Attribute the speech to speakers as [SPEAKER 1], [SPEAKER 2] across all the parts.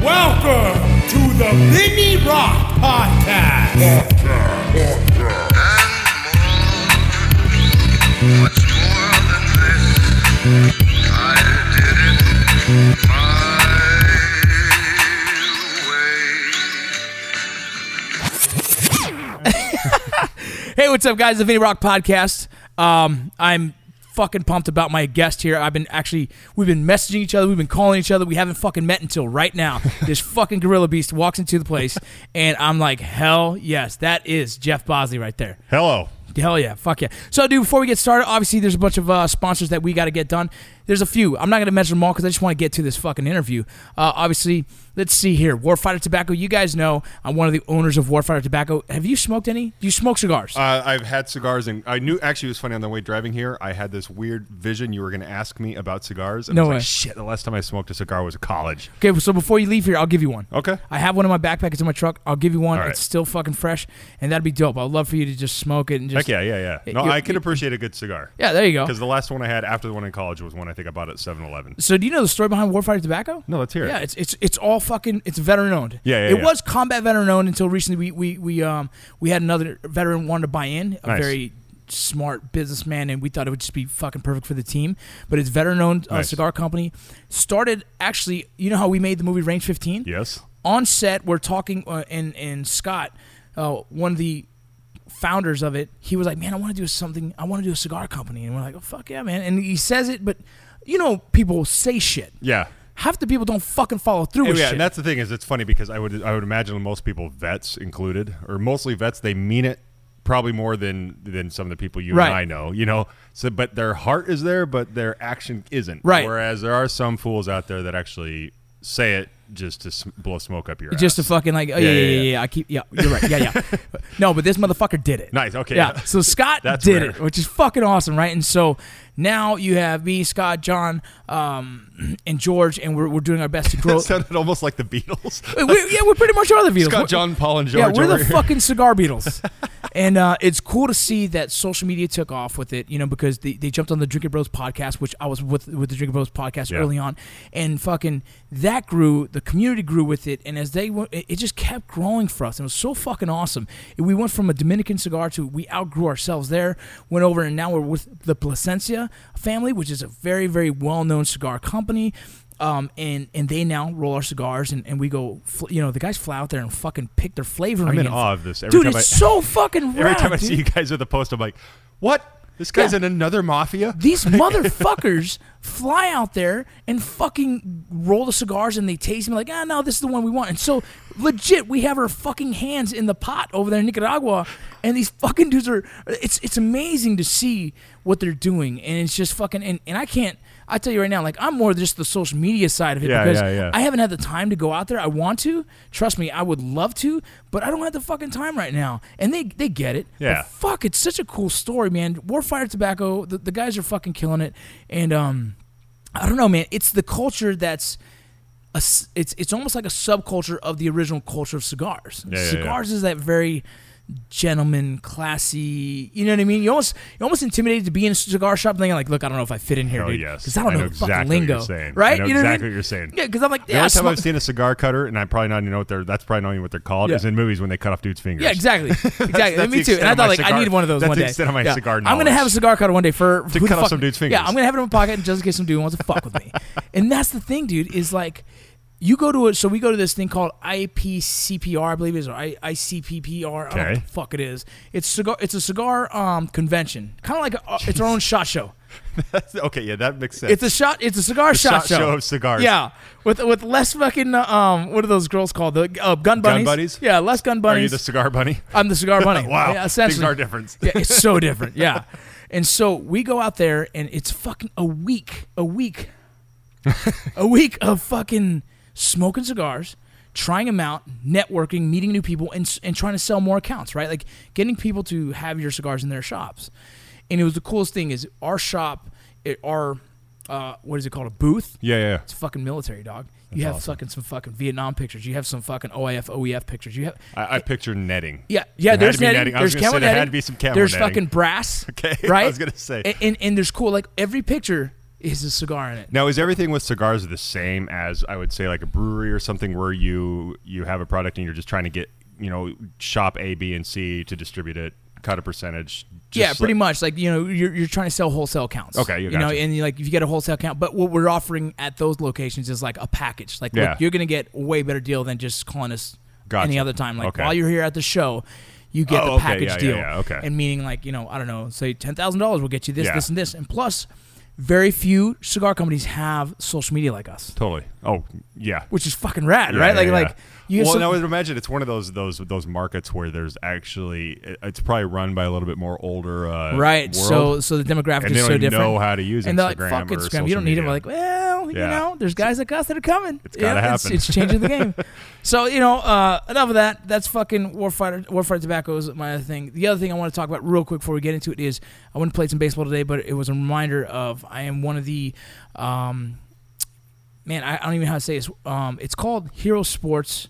[SPEAKER 1] Welcome to the Vinny Rock Podcast.
[SPEAKER 2] Uh,
[SPEAKER 3] Hey, what's up, guys? The Vinny Rock Podcast. Um, I'm fucking pumped about my guest here. I've been actually, we've been messaging each other, we've been calling each other, we haven't fucking met until right now. this fucking gorilla beast walks into the place, and I'm like, hell yes, that is Jeff Bosley right there.
[SPEAKER 2] Hello.
[SPEAKER 3] Hell yeah, fuck yeah. So, dude, before we get started, obviously there's a bunch of uh, sponsors that we got to get done. There's a few. I'm not going to mention them all because I just want to get to this fucking interview. Uh, obviously, let's see here. Warfighter Tobacco, you guys know I'm one of the owners of Warfighter Tobacco. Have you smoked any? Do you smoke cigars?
[SPEAKER 2] Uh, I've had cigars, and I knew actually it was funny on the way driving here. I had this weird vision you were going to ask me about cigars. And
[SPEAKER 3] No
[SPEAKER 2] I was
[SPEAKER 3] way.
[SPEAKER 2] Like, Shit, the last time I smoked a cigar was college.
[SPEAKER 3] Okay, so before you leave here, I'll give you one.
[SPEAKER 2] Okay.
[SPEAKER 3] I have one in my backpack. It's in my truck. I'll give you one.
[SPEAKER 2] All right.
[SPEAKER 3] It's still fucking fresh, and that'd be dope. I'd love for you to just smoke it and just.
[SPEAKER 2] Heck yeah, yeah, yeah. No,
[SPEAKER 3] You-
[SPEAKER 2] I can
[SPEAKER 3] you-
[SPEAKER 2] appreciate a good cigar.
[SPEAKER 3] Yeah, there you go.
[SPEAKER 2] Because the last one I had after the one in college was one I think I bought at 7 Eleven.
[SPEAKER 3] So do you know the story behind Warfighter Tobacco?
[SPEAKER 2] No, let's hear it.
[SPEAKER 3] Yeah, it's it's it's all fucking it's veteran owned.
[SPEAKER 2] Yeah, yeah,
[SPEAKER 3] It
[SPEAKER 2] yeah.
[SPEAKER 3] was combat veteran owned until recently. We we we um we had another veteran wanted to buy in, a
[SPEAKER 2] Nice.
[SPEAKER 3] very smart businessman, and we thought it would just be fucking perfect for the team. But it's veteran owned uh,
[SPEAKER 2] Nice.
[SPEAKER 3] cigar company. Started actually, you know how we made the movie Range 15?
[SPEAKER 2] Yes.
[SPEAKER 3] on set we're talking uh, and and Scott uh, one of the founders of it he was like man I want to do something I want to do a cigar company and we're like oh fuck yeah man and he says it but you know people say shit
[SPEAKER 2] Yeah.
[SPEAKER 3] half the people don't fucking follow through
[SPEAKER 2] Oh,
[SPEAKER 3] with
[SPEAKER 2] yeah,
[SPEAKER 3] shit
[SPEAKER 2] and that's the thing is it's funny because I would I would imagine most people, vets included, or mostly vets, they mean it probably more than than some of the people you
[SPEAKER 3] Right.
[SPEAKER 2] and I know, you know. So, but their heart is there, but their action isn't.
[SPEAKER 3] Right.
[SPEAKER 2] Whereas there are some fools out there that actually say it just to sm- blow smoke up your
[SPEAKER 3] just to
[SPEAKER 2] ass.
[SPEAKER 3] fucking like oh, yeah,
[SPEAKER 2] Yeah,
[SPEAKER 3] yeah, yeah,
[SPEAKER 2] yeah,
[SPEAKER 3] yeah I keep yeah you're right yeah yeah no but this motherfucker did it
[SPEAKER 2] Nice, okay.
[SPEAKER 3] yeah so Scott
[SPEAKER 2] That's
[SPEAKER 3] did
[SPEAKER 2] rare.
[SPEAKER 3] it which is fucking awesome right and so now you have me Scott John um, and George and we're, we're doing our best to grow
[SPEAKER 2] It sounded almost like the Beatles.
[SPEAKER 3] we, yeah, we're pretty much all the Beatles.
[SPEAKER 2] Scott,
[SPEAKER 3] We're-
[SPEAKER 2] John, Paul, and
[SPEAKER 3] Yeah,
[SPEAKER 2] George
[SPEAKER 3] we're
[SPEAKER 2] over
[SPEAKER 3] the
[SPEAKER 2] here.
[SPEAKER 3] fucking cigar Beatles. and uh, it's cool to see that social media took off with it, you know, because they, they jumped on the Drinking Bros podcast, which I was with with the Drinking Bros podcast
[SPEAKER 2] Yeah.
[SPEAKER 3] early on, and fucking that grew, the community grew with it, and as they went, it, it just kept growing for us, and it was so fucking awesome. And we went from a Dominican cigar to we outgrew ourselves there, went over, and now we're with the Placencia family, which is a very very well known cigar company. Um, and, and they now roll our cigars and, and we go fl- you know the guys fly out there and fucking pick their flavor
[SPEAKER 2] I'm in
[SPEAKER 3] and-
[SPEAKER 2] awe of this. Every
[SPEAKER 3] dude,
[SPEAKER 2] time
[SPEAKER 3] it's
[SPEAKER 2] I-
[SPEAKER 3] so fucking rad,
[SPEAKER 2] Every time I
[SPEAKER 3] dude.
[SPEAKER 2] see you guys with a post, I'm like, what? This guy's
[SPEAKER 3] Yeah.
[SPEAKER 2] in another mafia?
[SPEAKER 3] These motherfuckers fly out there and fucking roll the cigars and they taste them like, ah, no, this is the one we want. And so, legit, we have our fucking hands in the pot over there in Nicaragua, and these fucking dudes are. It's it's amazing to see what they're doing, and it's just fucking. And, and I can't. I tell you right now, like I'm more just the social media side of it
[SPEAKER 2] Yeah,
[SPEAKER 3] because
[SPEAKER 2] yeah, yeah.
[SPEAKER 3] I haven't had the time to go out there. I want to. Trust me, I would love to, but I don't have the fucking time right now. And they they get it. But
[SPEAKER 2] Yeah.
[SPEAKER 3] fuck, it's such a cool story, man. Warfire Tobacco, the, the guys are fucking killing it, and um, I don't know, man. It's the culture that's. A, s- it's it's almost like a subculture of the original culture of cigars.
[SPEAKER 2] Yeah, yeah, yeah.
[SPEAKER 3] cigars is that very gentleman, classy. You know what I mean? You almost you almost intimidated to be in a cigar shop thinking like, look, I don't know if I fit in here,
[SPEAKER 2] Oh,
[SPEAKER 3] dude,
[SPEAKER 2] yes.
[SPEAKER 3] because I don't
[SPEAKER 2] I
[SPEAKER 3] know,
[SPEAKER 2] know
[SPEAKER 3] the fucking
[SPEAKER 2] exactly what
[SPEAKER 3] lingo,
[SPEAKER 2] you're saying. I
[SPEAKER 3] right?
[SPEAKER 2] know
[SPEAKER 3] you know
[SPEAKER 2] exactly
[SPEAKER 3] I mean?
[SPEAKER 2] what you're saying.
[SPEAKER 3] Yeah, because I'm like,
[SPEAKER 2] The
[SPEAKER 3] yeah,
[SPEAKER 2] only time
[SPEAKER 3] smoke-
[SPEAKER 2] I've seen a cigar cutter, and I probably not even know what they're. That's probably not even what they're called.
[SPEAKER 3] Yeah.
[SPEAKER 2] Is in movies when they cut off dudes' fingers.
[SPEAKER 3] Yeah, exactly. Exactly.
[SPEAKER 2] that's
[SPEAKER 3] Me
[SPEAKER 2] the
[SPEAKER 3] too.
[SPEAKER 2] extent
[SPEAKER 3] And I
[SPEAKER 2] of my
[SPEAKER 3] thought like I
[SPEAKER 2] cigar-
[SPEAKER 3] need one of those
[SPEAKER 2] that's
[SPEAKER 3] one
[SPEAKER 2] the
[SPEAKER 3] day.
[SPEAKER 2] extent of my cigar
[SPEAKER 3] I'm gonna have a
[SPEAKER 2] knowledge.
[SPEAKER 3] cigar cutter one day for to
[SPEAKER 2] cut off some dude's fingers.
[SPEAKER 3] Yeah, I'm gonna have it in my pocket just in case some dude wants to fuck with me. And that's the thing, dude. Is like you go to a so we go to this thing called IPCPR, I believe it is, or I, ICPPR. I don't know what
[SPEAKER 2] Okay.
[SPEAKER 3] the fuck it is. It's cigar. It's a cigar um, convention, kind of like a, uh, it's our own shot show.
[SPEAKER 2] okay, yeah, that makes sense.
[SPEAKER 3] It's a shot. It's a cigar shot,
[SPEAKER 2] shot show of cigars.
[SPEAKER 3] Yeah, with with less fucking uh, um, what are those girls called? The uh, gun bunnies.
[SPEAKER 2] bunnies?
[SPEAKER 3] Yeah, less gun
[SPEAKER 2] Are
[SPEAKER 3] bunnies.
[SPEAKER 2] you the cigar bunny?
[SPEAKER 3] I'm the cigar bunny.
[SPEAKER 2] Wow,
[SPEAKER 3] Yeah,
[SPEAKER 2] things
[SPEAKER 3] essentially.
[SPEAKER 2] are different.
[SPEAKER 3] yeah, it's so different. Yeah. And so we go out there and it's fucking a week, a week, a week of fucking smoking cigars, trying them out, networking, meeting new people, and, s- and trying to sell more accounts, right? Like getting people to have your cigars in their shops. And it was the coolest thing is our shop, it, our, uh, what is it called? A booth?
[SPEAKER 2] Yeah, yeah.
[SPEAKER 3] It's fucking military, dog. You have fucking some fucking Vietnam pictures. You have some fucking OIF, OEF E pictures. You have
[SPEAKER 2] I, I picture netting.
[SPEAKER 3] yeah, yeah.
[SPEAKER 2] There had
[SPEAKER 3] there's
[SPEAKER 2] to be
[SPEAKER 3] netting.
[SPEAKER 2] netting. I was
[SPEAKER 3] There's
[SPEAKER 2] gonna say
[SPEAKER 3] camera
[SPEAKER 2] there had
[SPEAKER 3] netting.
[SPEAKER 2] to be some camera
[SPEAKER 3] There's
[SPEAKER 2] netting.
[SPEAKER 3] fucking brass.
[SPEAKER 2] Okay, I
[SPEAKER 3] Right.
[SPEAKER 2] was gonna say.
[SPEAKER 3] And, and and there's cool. Like every picture is a cigar in it.
[SPEAKER 2] Now, is everything with cigars the same as I would say, like a brewery or something, where you you have a product and you're just trying to get you know shop A, B, and C to distribute it, cut a percentage? Just
[SPEAKER 3] yeah, pretty
[SPEAKER 2] like-
[SPEAKER 3] much. Like you know, you're, you're trying to sell wholesale counts.
[SPEAKER 2] Okay, you
[SPEAKER 3] you know,
[SPEAKER 2] gotcha.
[SPEAKER 3] and you, like if you get a wholesale count, but what we're offering at those locations is like a package. Like,
[SPEAKER 2] Yeah.
[SPEAKER 3] look, you're gonna get a way better deal than just calling us
[SPEAKER 2] Gotcha.
[SPEAKER 3] any other time. Like
[SPEAKER 2] Okay.
[SPEAKER 3] while you're here at the show, you get
[SPEAKER 2] Oh,
[SPEAKER 3] the
[SPEAKER 2] okay,
[SPEAKER 3] package
[SPEAKER 2] yeah, yeah,
[SPEAKER 3] deal.
[SPEAKER 2] yeah, okay.
[SPEAKER 3] And meaning like you know, I don't know, say ten thousand dollars will get you this,
[SPEAKER 2] Yeah.
[SPEAKER 3] this, and this, and plus, very few cigar companies have social media like us,
[SPEAKER 2] Totally. Oh, yeah.
[SPEAKER 3] which is fucking rad,
[SPEAKER 2] Yeah,
[SPEAKER 3] right?
[SPEAKER 2] yeah,
[SPEAKER 3] like
[SPEAKER 2] yeah.
[SPEAKER 3] like you. get
[SPEAKER 2] well,
[SPEAKER 3] some-
[SPEAKER 2] and I would imagine it's one of those those those markets where there's actually it- it's probably run by a little bit more older uh,
[SPEAKER 3] Right,
[SPEAKER 2] world.
[SPEAKER 3] so so the
[SPEAKER 2] And
[SPEAKER 3] demographic is
[SPEAKER 2] they don't
[SPEAKER 3] so
[SPEAKER 2] even
[SPEAKER 3] different.
[SPEAKER 2] know how to use
[SPEAKER 3] and they're like,
[SPEAKER 2] Instagram
[SPEAKER 3] "Fuck
[SPEAKER 2] or
[SPEAKER 3] Instagram, you don't need it."
[SPEAKER 2] social
[SPEAKER 3] We're like, well, you
[SPEAKER 2] Yeah.
[SPEAKER 3] know, there's guys like us that are coming. It's
[SPEAKER 2] gotta
[SPEAKER 3] It's,
[SPEAKER 2] happen.
[SPEAKER 3] it's changing the game. so you know, uh, enough of that. That's fucking warfighter. Warfighter tobacco is my other thing. The other thing I want to talk about real quick before we get into it is I went and played some baseball today, but it was a reminder of I am one of the. Um, Man, I, I don't even know how to say this. Um, it's called Hero Sports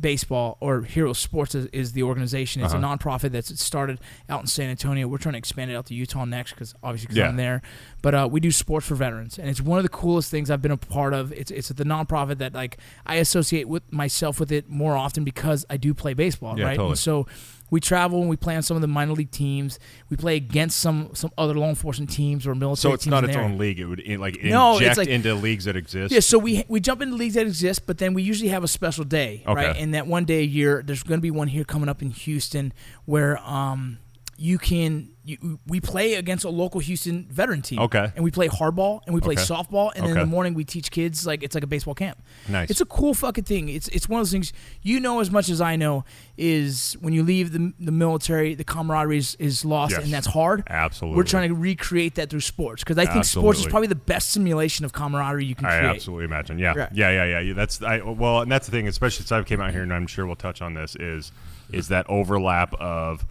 [SPEAKER 3] baseball or Hero Sports is, is the organization. It's
[SPEAKER 2] Uh-huh.
[SPEAKER 3] a nonprofit that's started out in San Antonio. We're trying to expand it out to Utah next because obviously because
[SPEAKER 2] Yeah.
[SPEAKER 3] I'm there. But uh, we do sports for veterans, and it's one of the coolest things I've been a part of. It's it's the nonprofit that like I associate with myself with it more often because I do play baseball,
[SPEAKER 2] Yeah,
[SPEAKER 3] right?
[SPEAKER 2] totally.
[SPEAKER 3] And so. We travel and we play on some of the minor league teams. We play against some some other law enforcement teams or military.
[SPEAKER 2] So it's
[SPEAKER 3] teams
[SPEAKER 2] not
[SPEAKER 3] in
[SPEAKER 2] its
[SPEAKER 3] there.
[SPEAKER 2] own league. It would in, like
[SPEAKER 3] No, it's
[SPEAKER 2] inject
[SPEAKER 3] like-
[SPEAKER 2] into leagues that exist.
[SPEAKER 3] Yeah, so we we jump into leagues that exist, but then we usually have a special day,
[SPEAKER 2] Okay.
[SPEAKER 3] right? And that one day a year, there's going to be one here coming up in Houston where um you can you, we play against a local Houston veteran team.
[SPEAKER 2] Okay.
[SPEAKER 3] and we play hardball and we play
[SPEAKER 2] Okay.
[SPEAKER 3] softball, and then in
[SPEAKER 2] Okay.
[SPEAKER 3] the morning we teach kids like it's like a baseball camp.
[SPEAKER 2] Nice.
[SPEAKER 3] It's a cool fucking thing. It's it's one of those things you know as much as I know is when you leave the the military, the camaraderie is, is lost,
[SPEAKER 2] Yes.
[SPEAKER 3] and that's hard.
[SPEAKER 2] Absolutely.
[SPEAKER 3] We're trying to recreate that through sports because I think sports is
[SPEAKER 2] Absolutely.
[SPEAKER 3] probably the best simulation of camaraderie you can
[SPEAKER 2] I
[SPEAKER 3] create.
[SPEAKER 2] absolutely imagine. Yeah.
[SPEAKER 3] Right.
[SPEAKER 2] yeah, yeah, yeah, yeah. That's I well, and that's the thing, especially since I came out here, and I'm sure we'll touch on this is is that overlap of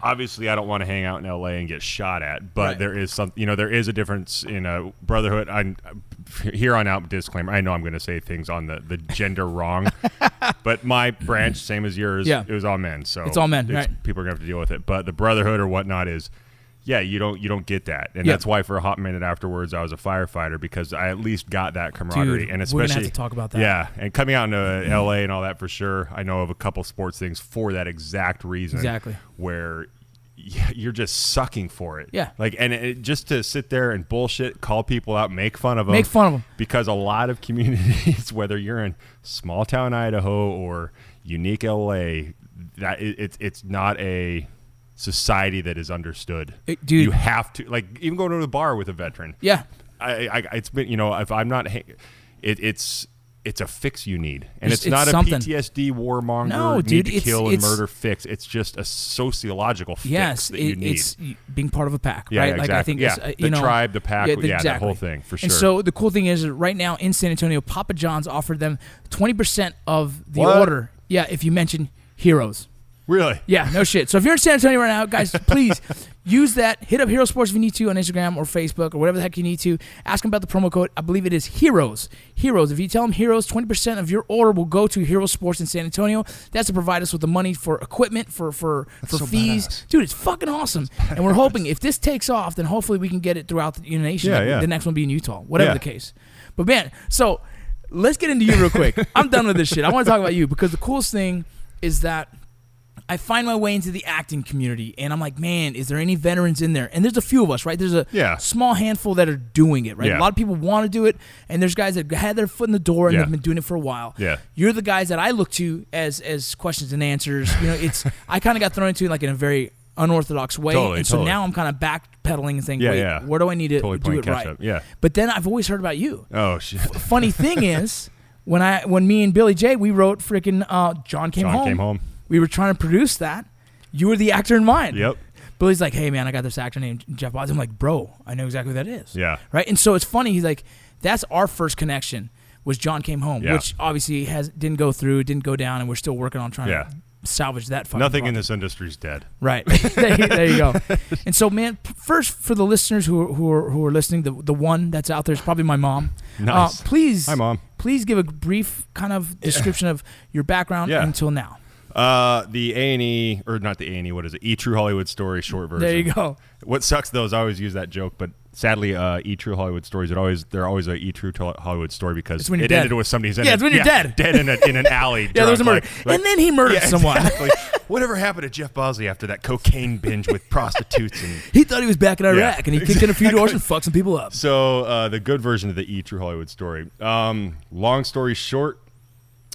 [SPEAKER 2] obviously I don't want to hang out in L.A. and get shot at, but
[SPEAKER 3] Right.
[SPEAKER 2] there is some, you know, there is a difference in a brotherhood. I here on out disclaimer. I know I'm going to say things on the the gender wrong, but my branch, same as yours,
[SPEAKER 3] Yeah.
[SPEAKER 2] it was all men. So
[SPEAKER 3] It's all men, right.
[SPEAKER 2] People are going to have to deal with it, but the brotherhood or whatnot is. Yeah, you don't you don't get that, and
[SPEAKER 3] Yeah.
[SPEAKER 2] that's why for a hot minute afterwards I was a firefighter because I at least got that camaraderie,
[SPEAKER 3] Dude,
[SPEAKER 2] and
[SPEAKER 3] we're
[SPEAKER 2] especially
[SPEAKER 3] gonna have to talk about that.
[SPEAKER 2] Yeah, and coming out into LA and all that for sure. I know of a couple sports things for that exact reason,
[SPEAKER 3] Exactly.
[SPEAKER 2] where y- you're just sucking for it.
[SPEAKER 3] Yeah.
[SPEAKER 2] like and it, just to sit there and bullshit, call people out, make fun of them,
[SPEAKER 3] Make fun of 'em.
[SPEAKER 2] because a lot of communities, whether you're in small town Idaho or unique LA, that it, it's it's not a society that is understood.
[SPEAKER 3] It- dude.
[SPEAKER 2] you have to like even going to the bar with a veteran.
[SPEAKER 3] Yeah.
[SPEAKER 2] I, I it's been you know if I'm not ha- it, it's it's a fix you need and
[SPEAKER 3] It's-
[SPEAKER 2] it's,
[SPEAKER 3] it's
[SPEAKER 2] not
[SPEAKER 3] something.
[SPEAKER 2] a PTSD warmonger
[SPEAKER 3] No,
[SPEAKER 2] need
[SPEAKER 3] dude,
[SPEAKER 2] to
[SPEAKER 3] it's-
[SPEAKER 2] kill and
[SPEAKER 3] it's-
[SPEAKER 2] murder fix it's just a sociological fix
[SPEAKER 3] Yes,
[SPEAKER 2] that you
[SPEAKER 3] it-
[SPEAKER 2] need
[SPEAKER 3] it's being part of a pack,
[SPEAKER 2] Yeah,
[SPEAKER 3] right?
[SPEAKER 2] yeah,
[SPEAKER 3] Like I
[SPEAKER 2] exactly.
[SPEAKER 3] think
[SPEAKER 2] Yeah,
[SPEAKER 3] it's, uh,
[SPEAKER 2] the
[SPEAKER 3] you know,
[SPEAKER 2] tribe, the pack,
[SPEAKER 3] the-
[SPEAKER 2] yeah, that whole thing, for
[SPEAKER 3] And
[SPEAKER 2] sure.
[SPEAKER 3] so the cool thing is, that right now in San Antonio, Papa John's offered them twenty percent of the
[SPEAKER 2] What?
[SPEAKER 3] order. Yeah, if you mention heroes.
[SPEAKER 2] really
[SPEAKER 3] Yeah, no shit. So if you're in San Antonio right now, guys, please use that. Hit up Hero Sports if you need to on Instagram or Facebook or whatever the heck you need to. Ask them about the promo code. I believe it is Heroes. Heroes. If you tell them Heroes, 20% of your order will go to Hero Sports in San Antonio. That's to provide us with the money for equipment, for for for
[SPEAKER 2] so
[SPEAKER 3] fees.
[SPEAKER 2] badass.
[SPEAKER 3] Dude, it's fucking awesome. And we're hoping if this takes off, then hopefully we can get it throughout the you know, nation.
[SPEAKER 2] Yeah,
[SPEAKER 3] Like,
[SPEAKER 2] yeah.
[SPEAKER 3] The next one be in Utah, whatever
[SPEAKER 2] Yeah.
[SPEAKER 3] the case. But man, so let's get into you real quick. I'm done with this shit. I want to talk about you because the coolest thing is that I find my way into the acting community, and I'm like, man, is there any veterans in there? And there's a few of us, right? There's a
[SPEAKER 2] Yeah.
[SPEAKER 3] small handful that are doing it, right?
[SPEAKER 2] Yeah.
[SPEAKER 3] A lot of people want to do it, and there's guys that had their foot in the door and
[SPEAKER 2] Yeah.
[SPEAKER 3] have been doing it for a while.
[SPEAKER 2] Yeah.
[SPEAKER 3] you're the guys that I look to as as questions and answers. You know, it's I kind of got thrown into like in a very unorthodox way,
[SPEAKER 2] Totally,
[SPEAKER 3] and so
[SPEAKER 2] totally.
[SPEAKER 3] now I'm kind of backpedaling and saying,
[SPEAKER 2] Yeah,
[SPEAKER 3] wait,
[SPEAKER 2] yeah.
[SPEAKER 3] where do I need to
[SPEAKER 2] Totally
[SPEAKER 3] do
[SPEAKER 2] playing
[SPEAKER 3] it
[SPEAKER 2] catch
[SPEAKER 3] right?
[SPEAKER 2] up, yeah.
[SPEAKER 3] But then I've always heard about you
[SPEAKER 2] oh shit
[SPEAKER 3] funny thing is, when I when me and Billy J we wrote freaking uh, John came
[SPEAKER 2] John
[SPEAKER 3] home.
[SPEAKER 2] Came Home.
[SPEAKER 3] We were trying to produce that. You were the actor in mind.
[SPEAKER 2] Yep.
[SPEAKER 3] Billy's like, hey man, I got this actor named Jeff Boz. I'm like, bro, I know exactly who that is.
[SPEAKER 2] Yeah.
[SPEAKER 3] Right. And so it's funny. He's like, that's our first connection was John came home,
[SPEAKER 2] Yeah.
[SPEAKER 3] which obviously has didn't go through, didn't go down, and we're still working on trying
[SPEAKER 2] Yeah.
[SPEAKER 3] to salvage that. Fucking
[SPEAKER 2] nothing in
[SPEAKER 3] project.
[SPEAKER 2] this industry's dead
[SPEAKER 3] Right. there, you- there you go. And so, man, p- first for the listeners who are, who are, who are listening, the, the one that's out there is probably my mom.
[SPEAKER 2] Nice.
[SPEAKER 3] Uh, please,
[SPEAKER 2] Hi, Mom.
[SPEAKER 3] Please give a brief kind of description of your background
[SPEAKER 2] Yeah.
[SPEAKER 3] until now.
[SPEAKER 2] Uh, the A and E, or not the A and E. What is it? E True Hollywood Story short version.
[SPEAKER 3] There you go.
[SPEAKER 2] What sucks though is I always use that joke, but sadly, uh, E True Hollywood stories are always they're always a E True to- Hollywood story because
[SPEAKER 3] when you're
[SPEAKER 2] it
[SPEAKER 3] dead.
[SPEAKER 2] ended with somebody's in
[SPEAKER 3] Yeah,
[SPEAKER 2] a-
[SPEAKER 3] it's when you're dead.
[SPEAKER 2] dead in, a, in an alley.
[SPEAKER 3] Yeah, there was a
[SPEAKER 2] drunk,
[SPEAKER 3] murder, and then he murdered
[SPEAKER 2] Yeah,
[SPEAKER 3] someone.
[SPEAKER 2] exactly. Whatever happened to Jeff Bosley after that cocaine binge with prostitutes and
[SPEAKER 3] He thought he was back in Iraq, and he kicked in a few doors
[SPEAKER 2] exactly.
[SPEAKER 3] and fucked some people up.
[SPEAKER 2] So uh, the good version of the E True Hollywood story. Um, long story short,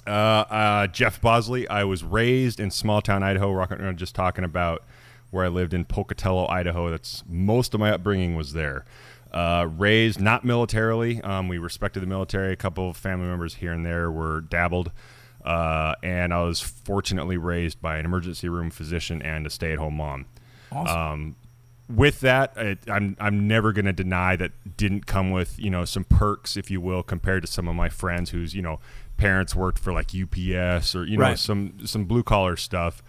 [SPEAKER 2] uh, uh, Jeff Bosley. I was raised in small town Idaho. Rocking around just talking about where I lived in Pocatello, Idaho. That's most of my upbringing was there. Uh, raised not militarily. Um, we respected the military. A couple of family members here and there were dabbled. Uh, and I was fortunately raised by an emergency room physician and a stay-at-home mom
[SPEAKER 3] Awesome.
[SPEAKER 2] with that, it, I'm I'm never going to deny that didn't come with you know some perks, if you will, compared to some of my friends whose you know parents worked for like UPS or you know
[SPEAKER 3] Right.
[SPEAKER 2] some some blue collar stuff.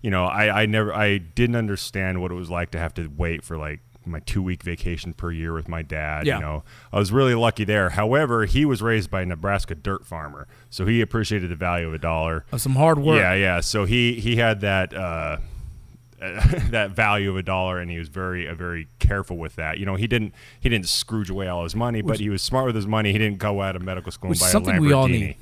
[SPEAKER 2] You know, I I never I didn't understand what it was like to have to wait for like my two week vacation per year with my dad.
[SPEAKER 3] Yeah.
[SPEAKER 2] You know, I was really lucky there. However, he was raised by a Nebraska dirt farmer, so he appreciated the value of a dollar.
[SPEAKER 3] Of some hard work.
[SPEAKER 2] Yeah, yeah. So he he had that uh, that value of a dollar, and he was very uh, very careful with that. You know, he didn't he didn't scrooge away all his money, but he was smart with his money. He didn't go out of medical school
[SPEAKER 3] Which
[SPEAKER 2] and buy a
[SPEAKER 3] is something
[SPEAKER 2] Lamborghini.
[SPEAKER 3] we all need.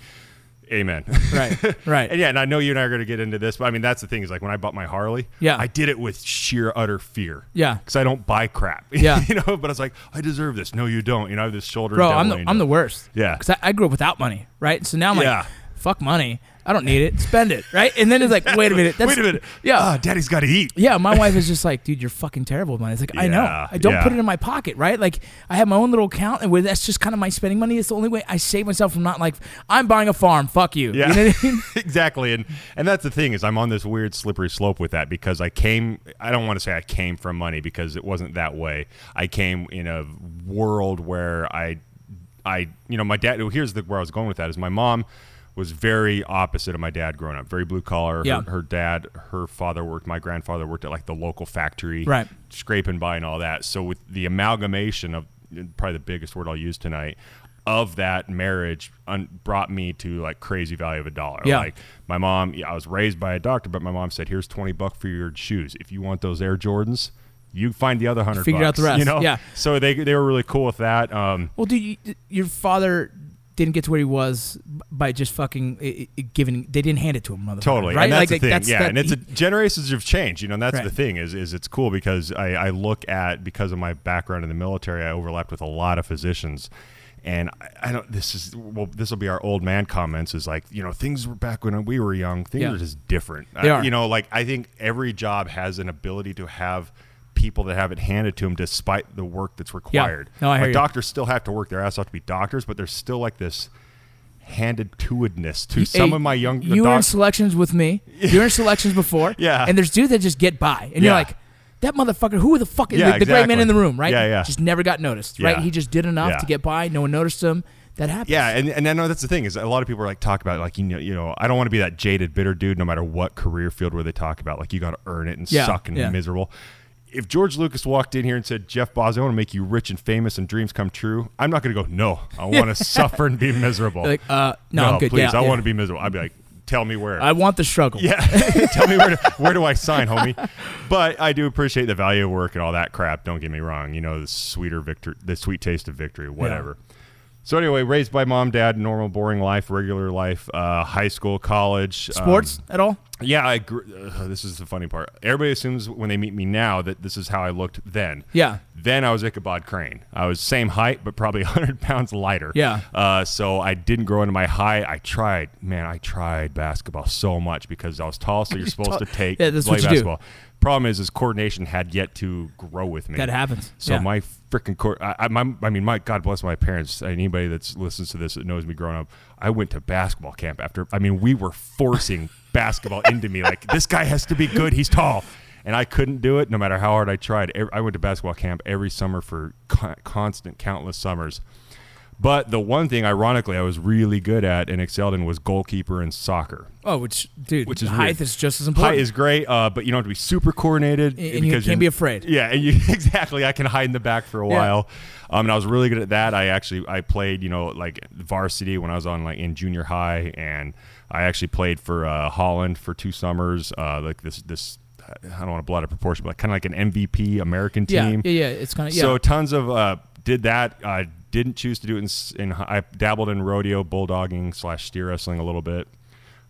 [SPEAKER 2] Amen.
[SPEAKER 3] Right, right.
[SPEAKER 2] And yeah, and I know you and I are going to get into this, but I mean that's the thing is like when I bought my Harley,
[SPEAKER 3] Yeah.
[SPEAKER 2] I did it with sheer utter fear.
[SPEAKER 3] Yeah.
[SPEAKER 2] because I don't buy crap.
[SPEAKER 3] Yeah.
[SPEAKER 2] you know, but I was like, I deserve this. No, you don't. You know, I have this shoulder.
[SPEAKER 3] Bro,
[SPEAKER 2] devil
[SPEAKER 3] I'm the,
[SPEAKER 2] angel.
[SPEAKER 3] I'm the worst.
[SPEAKER 2] Yeah.
[SPEAKER 3] Because I, I grew up without money, right? So now I'm
[SPEAKER 2] Yeah.
[SPEAKER 3] like, fuck money. I don't need it. Spend it, right? And then it's like, wait a minute. That's,
[SPEAKER 2] Wait a minute.
[SPEAKER 3] Yeah.
[SPEAKER 2] Ah, daddy's got to eat.
[SPEAKER 3] yeah, my wife is just like, dude, you're fucking terrible with money. It's like, I know.
[SPEAKER 2] Yeah,
[SPEAKER 3] I don't
[SPEAKER 2] yeah.
[SPEAKER 3] put it in my pocket, right? Like, I have my own little account, and with, that's just kind of my spending money. It's the only way I save myself from not like, I'm buying a farm. Fuck you. You
[SPEAKER 2] Yeah,
[SPEAKER 3] know what I mean?
[SPEAKER 2] exactly. And and that's the thing is I'm on this weird slippery slope with that because I came. I don't want to say I came from money because it wasn't that way. I came in a world where I, I you know my dad. Here's the where I was going with that is my mom was very opposite of my dad growing up. Very blue collar.
[SPEAKER 3] Yeah.
[SPEAKER 2] Her, her dad, her father worked. My grandfather worked at like the local factory.
[SPEAKER 3] Right.
[SPEAKER 2] Scraping by and all that. So with the amalgamation of probably the biggest word I'll use tonight of that marriage un- brought me to like crazy value of a dollar.
[SPEAKER 3] Yeah.
[SPEAKER 2] Like my mom, yeah, I was raised by a doctor, but my mom said, "Here's twenty buck for your shoes. If you want those Air Jordans, you find the other hundred.
[SPEAKER 3] Figure out
[SPEAKER 2] bucks."
[SPEAKER 3] the rest.
[SPEAKER 2] You know.
[SPEAKER 3] Yeah.
[SPEAKER 2] So they they were really cool with that. Um,
[SPEAKER 3] Well, dude, you, your father didn't get to where he was b- by just fucking i i giving. They didn't hand it to him, mother.
[SPEAKER 2] Totally,
[SPEAKER 3] right?
[SPEAKER 2] and that's
[SPEAKER 3] like,
[SPEAKER 2] the thing.
[SPEAKER 3] That's,
[SPEAKER 2] yeah,
[SPEAKER 3] that-
[SPEAKER 2] and it's a,
[SPEAKER 3] he-
[SPEAKER 2] generations of change. You know, and that's
[SPEAKER 3] Right.
[SPEAKER 2] the thing is is it's cool because I, I look at because of my background in the military, I overlapped with a lot of physicians, and I, I don't. This is well, this will be our old man comments. Is like you know things were back when we were young. Things
[SPEAKER 3] Yeah.
[SPEAKER 2] are just different.
[SPEAKER 3] They
[SPEAKER 2] I-
[SPEAKER 3] are.
[SPEAKER 2] You know, like I think every job has an ability to have people that have it handed to them despite the work that's required.
[SPEAKER 3] No, I hear
[SPEAKER 2] like
[SPEAKER 3] you.
[SPEAKER 2] doctors still have to work their ass off to be doctors, but there's still like this handed to-edness to
[SPEAKER 3] hey,
[SPEAKER 2] some of my young
[SPEAKER 3] You were in
[SPEAKER 2] doctors.
[SPEAKER 3] selections with me. You were in selections before.
[SPEAKER 2] Yeah.
[SPEAKER 3] And there's dudes that just get by, and you're
[SPEAKER 2] Yeah.
[SPEAKER 3] like, that motherfucker. Who the fuck is
[SPEAKER 2] Yeah,
[SPEAKER 3] the, the great man
[SPEAKER 2] exactly.
[SPEAKER 3] in the room? Right.
[SPEAKER 2] Yeah, yeah.
[SPEAKER 3] Just never got noticed. Right.
[SPEAKER 2] Yeah.
[SPEAKER 3] He just did enough
[SPEAKER 2] Yeah.
[SPEAKER 3] to get by. No one noticed him. That happens.
[SPEAKER 2] Yeah, and, and I know that's the thing is a lot of people are like talk about like you know you know I don't want to be that jaded bitter dude no matter what career field where they talk about like you got to earn it and
[SPEAKER 3] Yeah,
[SPEAKER 2] suck and
[SPEAKER 3] yeah.
[SPEAKER 2] miserable. If George Lucas walked in here and said Jeff Bezos, I want to make you rich and famous and dreams come true, I'm not going to go no. I want to suffer and be miserable.
[SPEAKER 3] Like, uh, no, I'm good.
[SPEAKER 2] please,
[SPEAKER 3] Yeah,
[SPEAKER 2] I
[SPEAKER 3] yeah.
[SPEAKER 2] want to be miserable. I'd be like, tell me where.
[SPEAKER 3] I want the struggle.
[SPEAKER 2] Yeah, tell me where to, where do I sign, homie? But I do appreciate the value of work and all that crap. Don't get me wrong. You know the sweeter victory, the sweet taste of victory, whatever. So anyway, raised by mom, dad, normal, boring life, regular life, uh, high school, college, um,
[SPEAKER 3] Sports at all?
[SPEAKER 2] yeah, I gr- uh, this is the funny part. Everybody assumes when they meet me now that this is how I looked then.
[SPEAKER 3] Yeah.
[SPEAKER 2] Then I was Ichabod Crane. I was same height, but probably 100 pounds lighter.
[SPEAKER 3] Yeah.
[SPEAKER 2] Uh, so I didn't grow into my height. I tried, man, I tried basketball so much because I was tall. So you're supposed to take
[SPEAKER 3] Yeah, that's
[SPEAKER 2] play
[SPEAKER 3] what you do.
[SPEAKER 2] basketball. Problem is, is coordination had yet to grow with me.
[SPEAKER 3] That happens.
[SPEAKER 2] So
[SPEAKER 3] Yeah.
[SPEAKER 2] my freaking court. I, I, my, I mean, my God bless my parents. Anybody that's listens to this that knows me growing up, I went to basketball camp after. I mean, we were forcing basketball into me. Like this guy has to be good. He's tall, and I couldn't do it no matter how hard I tried. Ev- I went to basketball camp every summer for co- constant, countless summers. But the one thing, ironically, I was really good at and excelled in was goalkeeper and soccer.
[SPEAKER 3] Oh, which dude,
[SPEAKER 2] Which is
[SPEAKER 3] height
[SPEAKER 2] weird.
[SPEAKER 3] is just as
[SPEAKER 2] Height
[SPEAKER 3] important.
[SPEAKER 2] is great, uh, but you don't have to be super coordinated
[SPEAKER 3] And- and you can't be afraid.
[SPEAKER 2] Yeah, and you, exactly. I can hide in the back for a
[SPEAKER 3] Yeah.
[SPEAKER 2] while. Um, and I was really good at that. I actually I played, you know, like varsity when I was on like in junior high, and I actually played for uh, Holland for two summers. Uh, like this this I don't want to blow out of proportion, but kind of like an MVP American
[SPEAKER 3] yeah,
[SPEAKER 2] team.
[SPEAKER 3] yeah, yeah. It's kind of yeah.
[SPEAKER 2] So tons of uh, did that. I didn't choose to do it. In, s- in I dabbled in rodeo, bulldogging slash steer wrestling a little bit,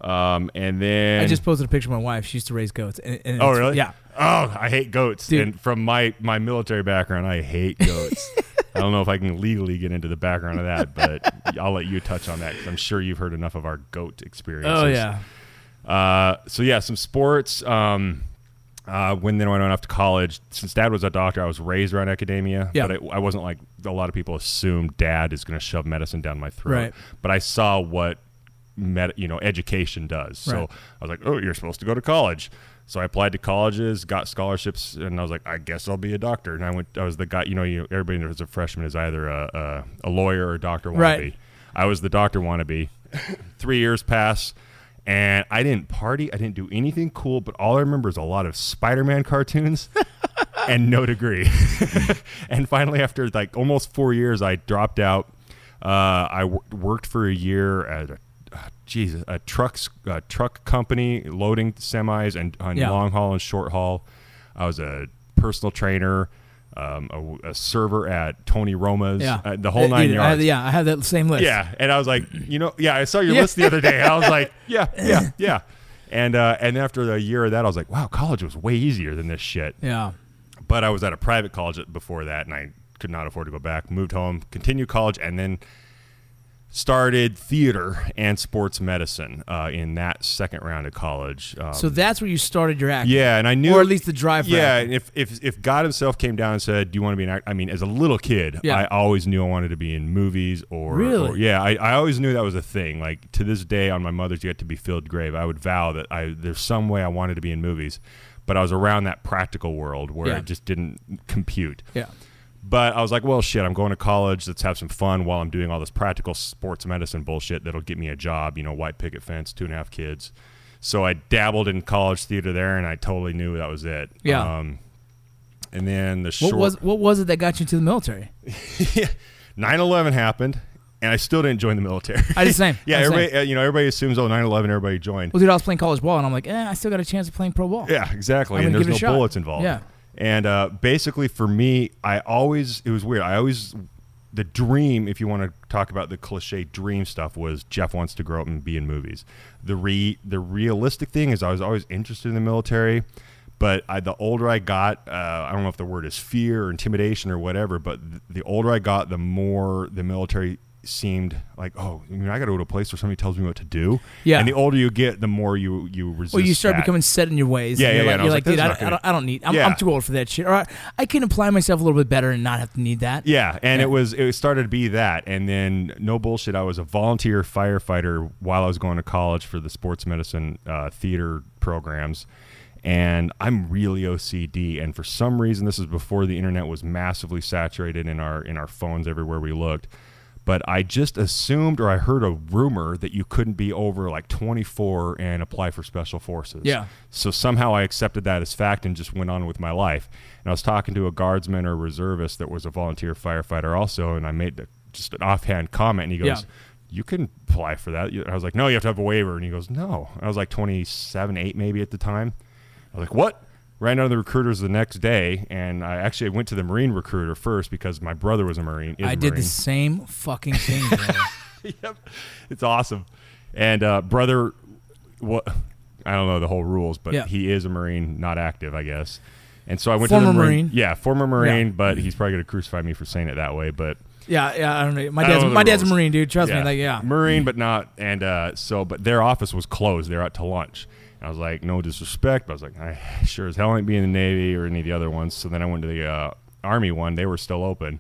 [SPEAKER 2] um, and then
[SPEAKER 3] I just posted a picture of my wife. She used to raise goats. And, and
[SPEAKER 2] oh
[SPEAKER 3] it's-
[SPEAKER 2] really
[SPEAKER 3] Yeah.
[SPEAKER 2] oh I hate goats
[SPEAKER 3] Dude.
[SPEAKER 2] and from my my military background I hate goats. I don't know if I can legally get into the background of that, but I'll let you touch on that because I'm sure you've heard enough of our goat experiences.
[SPEAKER 3] Oh yeah.
[SPEAKER 2] Uh, so yeah, some sports. Um, uh, when then when I went off to college, since dad was a doctor, I was raised around academia.
[SPEAKER 3] Yeah.
[SPEAKER 2] But it, I wasn't like a lot of people assume dad is going to shove medicine down my throat.
[SPEAKER 3] Right.
[SPEAKER 2] But I saw what med- you know education does.
[SPEAKER 3] Right.
[SPEAKER 2] So I was like, oh, you're supposed to go to college. So I applied to colleges, got scholarships, and I was like, I guess I'll be a doctor. And I went. I was the guy. You know, you, everybody that's a freshman is either a, a, a lawyer or a doctor wannabe.
[SPEAKER 3] Right.
[SPEAKER 2] I was the doctor wannabe. Three years pass, and I didn't party. I didn't do anything cool, but all I remember is a lot of Spider Man cartoons and no degree. and finally, after like almost four years, I dropped out. Uh, I wor- worked for a year at a Jesus, a trucks a truck company loading semis and on
[SPEAKER 3] Yeah.
[SPEAKER 2] long haul and short haul. I was a personal trainer, um, a, a server at Tony Roma's,
[SPEAKER 3] Yeah.
[SPEAKER 2] uh, the whole nine
[SPEAKER 3] Dude, I
[SPEAKER 2] yards.
[SPEAKER 3] had- yeah, I had that same list.
[SPEAKER 2] Yeah, and I was like, you know, yeah, I saw your
[SPEAKER 3] Yeah.
[SPEAKER 2] list the other day. I was like, yeah, yeah, yeah, and uh, and after a year of that, I was like, wow, college was way easier than this shit.
[SPEAKER 3] Yeah.
[SPEAKER 2] But I was at a private college before that, and I could not afford to go back. Moved home, continued college, and then started theater and sports medicine uh, in that second round of college. Um,
[SPEAKER 3] So that's where you started your act.
[SPEAKER 2] yeah, and I knew,
[SPEAKER 3] Or at least the drive for
[SPEAKER 2] Yeah, and
[SPEAKER 3] acting.
[SPEAKER 2] if if if God Himself came down and said, "Do you want to be an actor?" I mean, as a little kid,
[SPEAKER 3] Yeah.
[SPEAKER 2] I always knew I wanted to be in movies or
[SPEAKER 3] Really?
[SPEAKER 2] or- yeah, I, I always knew that was a thing. Like to this day, on my mother's yet to be filled grave, I would vow that I there's some way I wanted to be in movies, but I was around that practical world where
[SPEAKER 3] Yeah.
[SPEAKER 2] it just didn't compute.
[SPEAKER 3] Yeah.
[SPEAKER 2] But I was like, well, shit, I'm going to college. Let's have some fun while I'm doing all this practical sports medicine bullshit that'll get me a job, you know, white picket fence, two and a half kids. So I dabbled in college theater there and I totally knew that was it.
[SPEAKER 3] Yeah.
[SPEAKER 2] Um, and then the
[SPEAKER 3] What
[SPEAKER 2] short
[SPEAKER 3] was what was it that got you into the military?
[SPEAKER 2] 9/11 happened and I still didn't join the military.
[SPEAKER 3] I did the same.
[SPEAKER 2] yeah,
[SPEAKER 3] I did the
[SPEAKER 2] everybody, uh, you know, everybody assumes oh 9/11 everybody joined.
[SPEAKER 3] Well, dude, I was playing college ball, and I'm like, eh, I still got a chance of playing pro ball.
[SPEAKER 2] Yeah, exactly.
[SPEAKER 3] I'm
[SPEAKER 2] And
[SPEAKER 3] gonna
[SPEAKER 2] there's
[SPEAKER 3] give
[SPEAKER 2] no
[SPEAKER 3] it a shot.
[SPEAKER 2] bullets involved.
[SPEAKER 3] Yeah.
[SPEAKER 2] And uh, basically, for me, I always it was weird. I always the dream, if you want to talk about the cliche dream stuff, was Jeff wants to grow up and be in movies. The re the realistic thing is I was always interested in the military. But I, the older I got, uh, I don't know if the word is fear or intimidation or whatever. But th- the older I got, the more the military seemed like, oh, you know, I got to go to a place where somebody tells me what to do.
[SPEAKER 3] Yeah.
[SPEAKER 2] And the older you get, the more you you resist.
[SPEAKER 3] Well, you start
[SPEAKER 2] that.
[SPEAKER 3] becoming set in your ways.
[SPEAKER 2] Yeah,
[SPEAKER 3] and you're
[SPEAKER 2] yeah,
[SPEAKER 3] Like,
[SPEAKER 2] yeah, and I was
[SPEAKER 3] you're like,
[SPEAKER 2] like,
[SPEAKER 3] dude,
[SPEAKER 2] this
[SPEAKER 3] I,
[SPEAKER 2] is not
[SPEAKER 3] don't, I,
[SPEAKER 2] gonna-
[SPEAKER 3] don't, I don't need. I'm,
[SPEAKER 2] Yeah.
[SPEAKER 3] I'm too old for that shit. Or I, I can apply myself a little bit better and not have to need that.
[SPEAKER 2] Yeah, and it was it started to be that, and then no bullshit. I was a volunteer firefighter while I was going to college for the sports medicine uh, theater programs, and I'm really OCD. And for some reason, this is before the internet was massively saturated in our in our phones everywhere we looked. But I just assumed, or I heard a rumor that you couldn't be over like 24 and apply for special forces.
[SPEAKER 3] Yeah.
[SPEAKER 2] So somehow I accepted that as fact and just went on with my life. And I was talking to a guardsman or reservist that was a volunteer firefighter also, and I made the, just an offhand comment, and he goes,
[SPEAKER 3] Yeah.
[SPEAKER 2] "You can apply for that." You- I was like, "No, you have to have a waiver." And he goes, "No." I was like 27, 8 maybe at the time. I was like, "What?" Ran down to the recruiters the next day, and I actually went to the Marine recruiter first because my brother was a Marine. is
[SPEAKER 3] I
[SPEAKER 2] a
[SPEAKER 3] did the
[SPEAKER 2] Marine
[SPEAKER 3] same fucking thing. bro.
[SPEAKER 2] yep. It's awesome. And uh, brother, what? I don't know the whole rules, but
[SPEAKER 3] Yeah.
[SPEAKER 2] he is a Marine, not active, I guess. And so I went to
[SPEAKER 3] Former
[SPEAKER 2] the Marine.
[SPEAKER 3] Marine.
[SPEAKER 2] Yeah, former Marine,
[SPEAKER 3] Yeah.
[SPEAKER 2] but he's probably going to crucify me for saying it that way. But
[SPEAKER 3] yeah, yeah. I don't know. My
[SPEAKER 2] I don't
[SPEAKER 3] dad's
[SPEAKER 2] know the
[SPEAKER 3] my dad's a
[SPEAKER 2] rules.
[SPEAKER 3] marine, dude. Trust me. Like, yeah.
[SPEAKER 2] Marine, but not. And uh, so, but their office was closed. They're out to lunch. And I was like, no disrespect, but I was like, I sure as hell ain't be in the Navy or any of the other ones. So then I went to the uh, Army one. They were still open.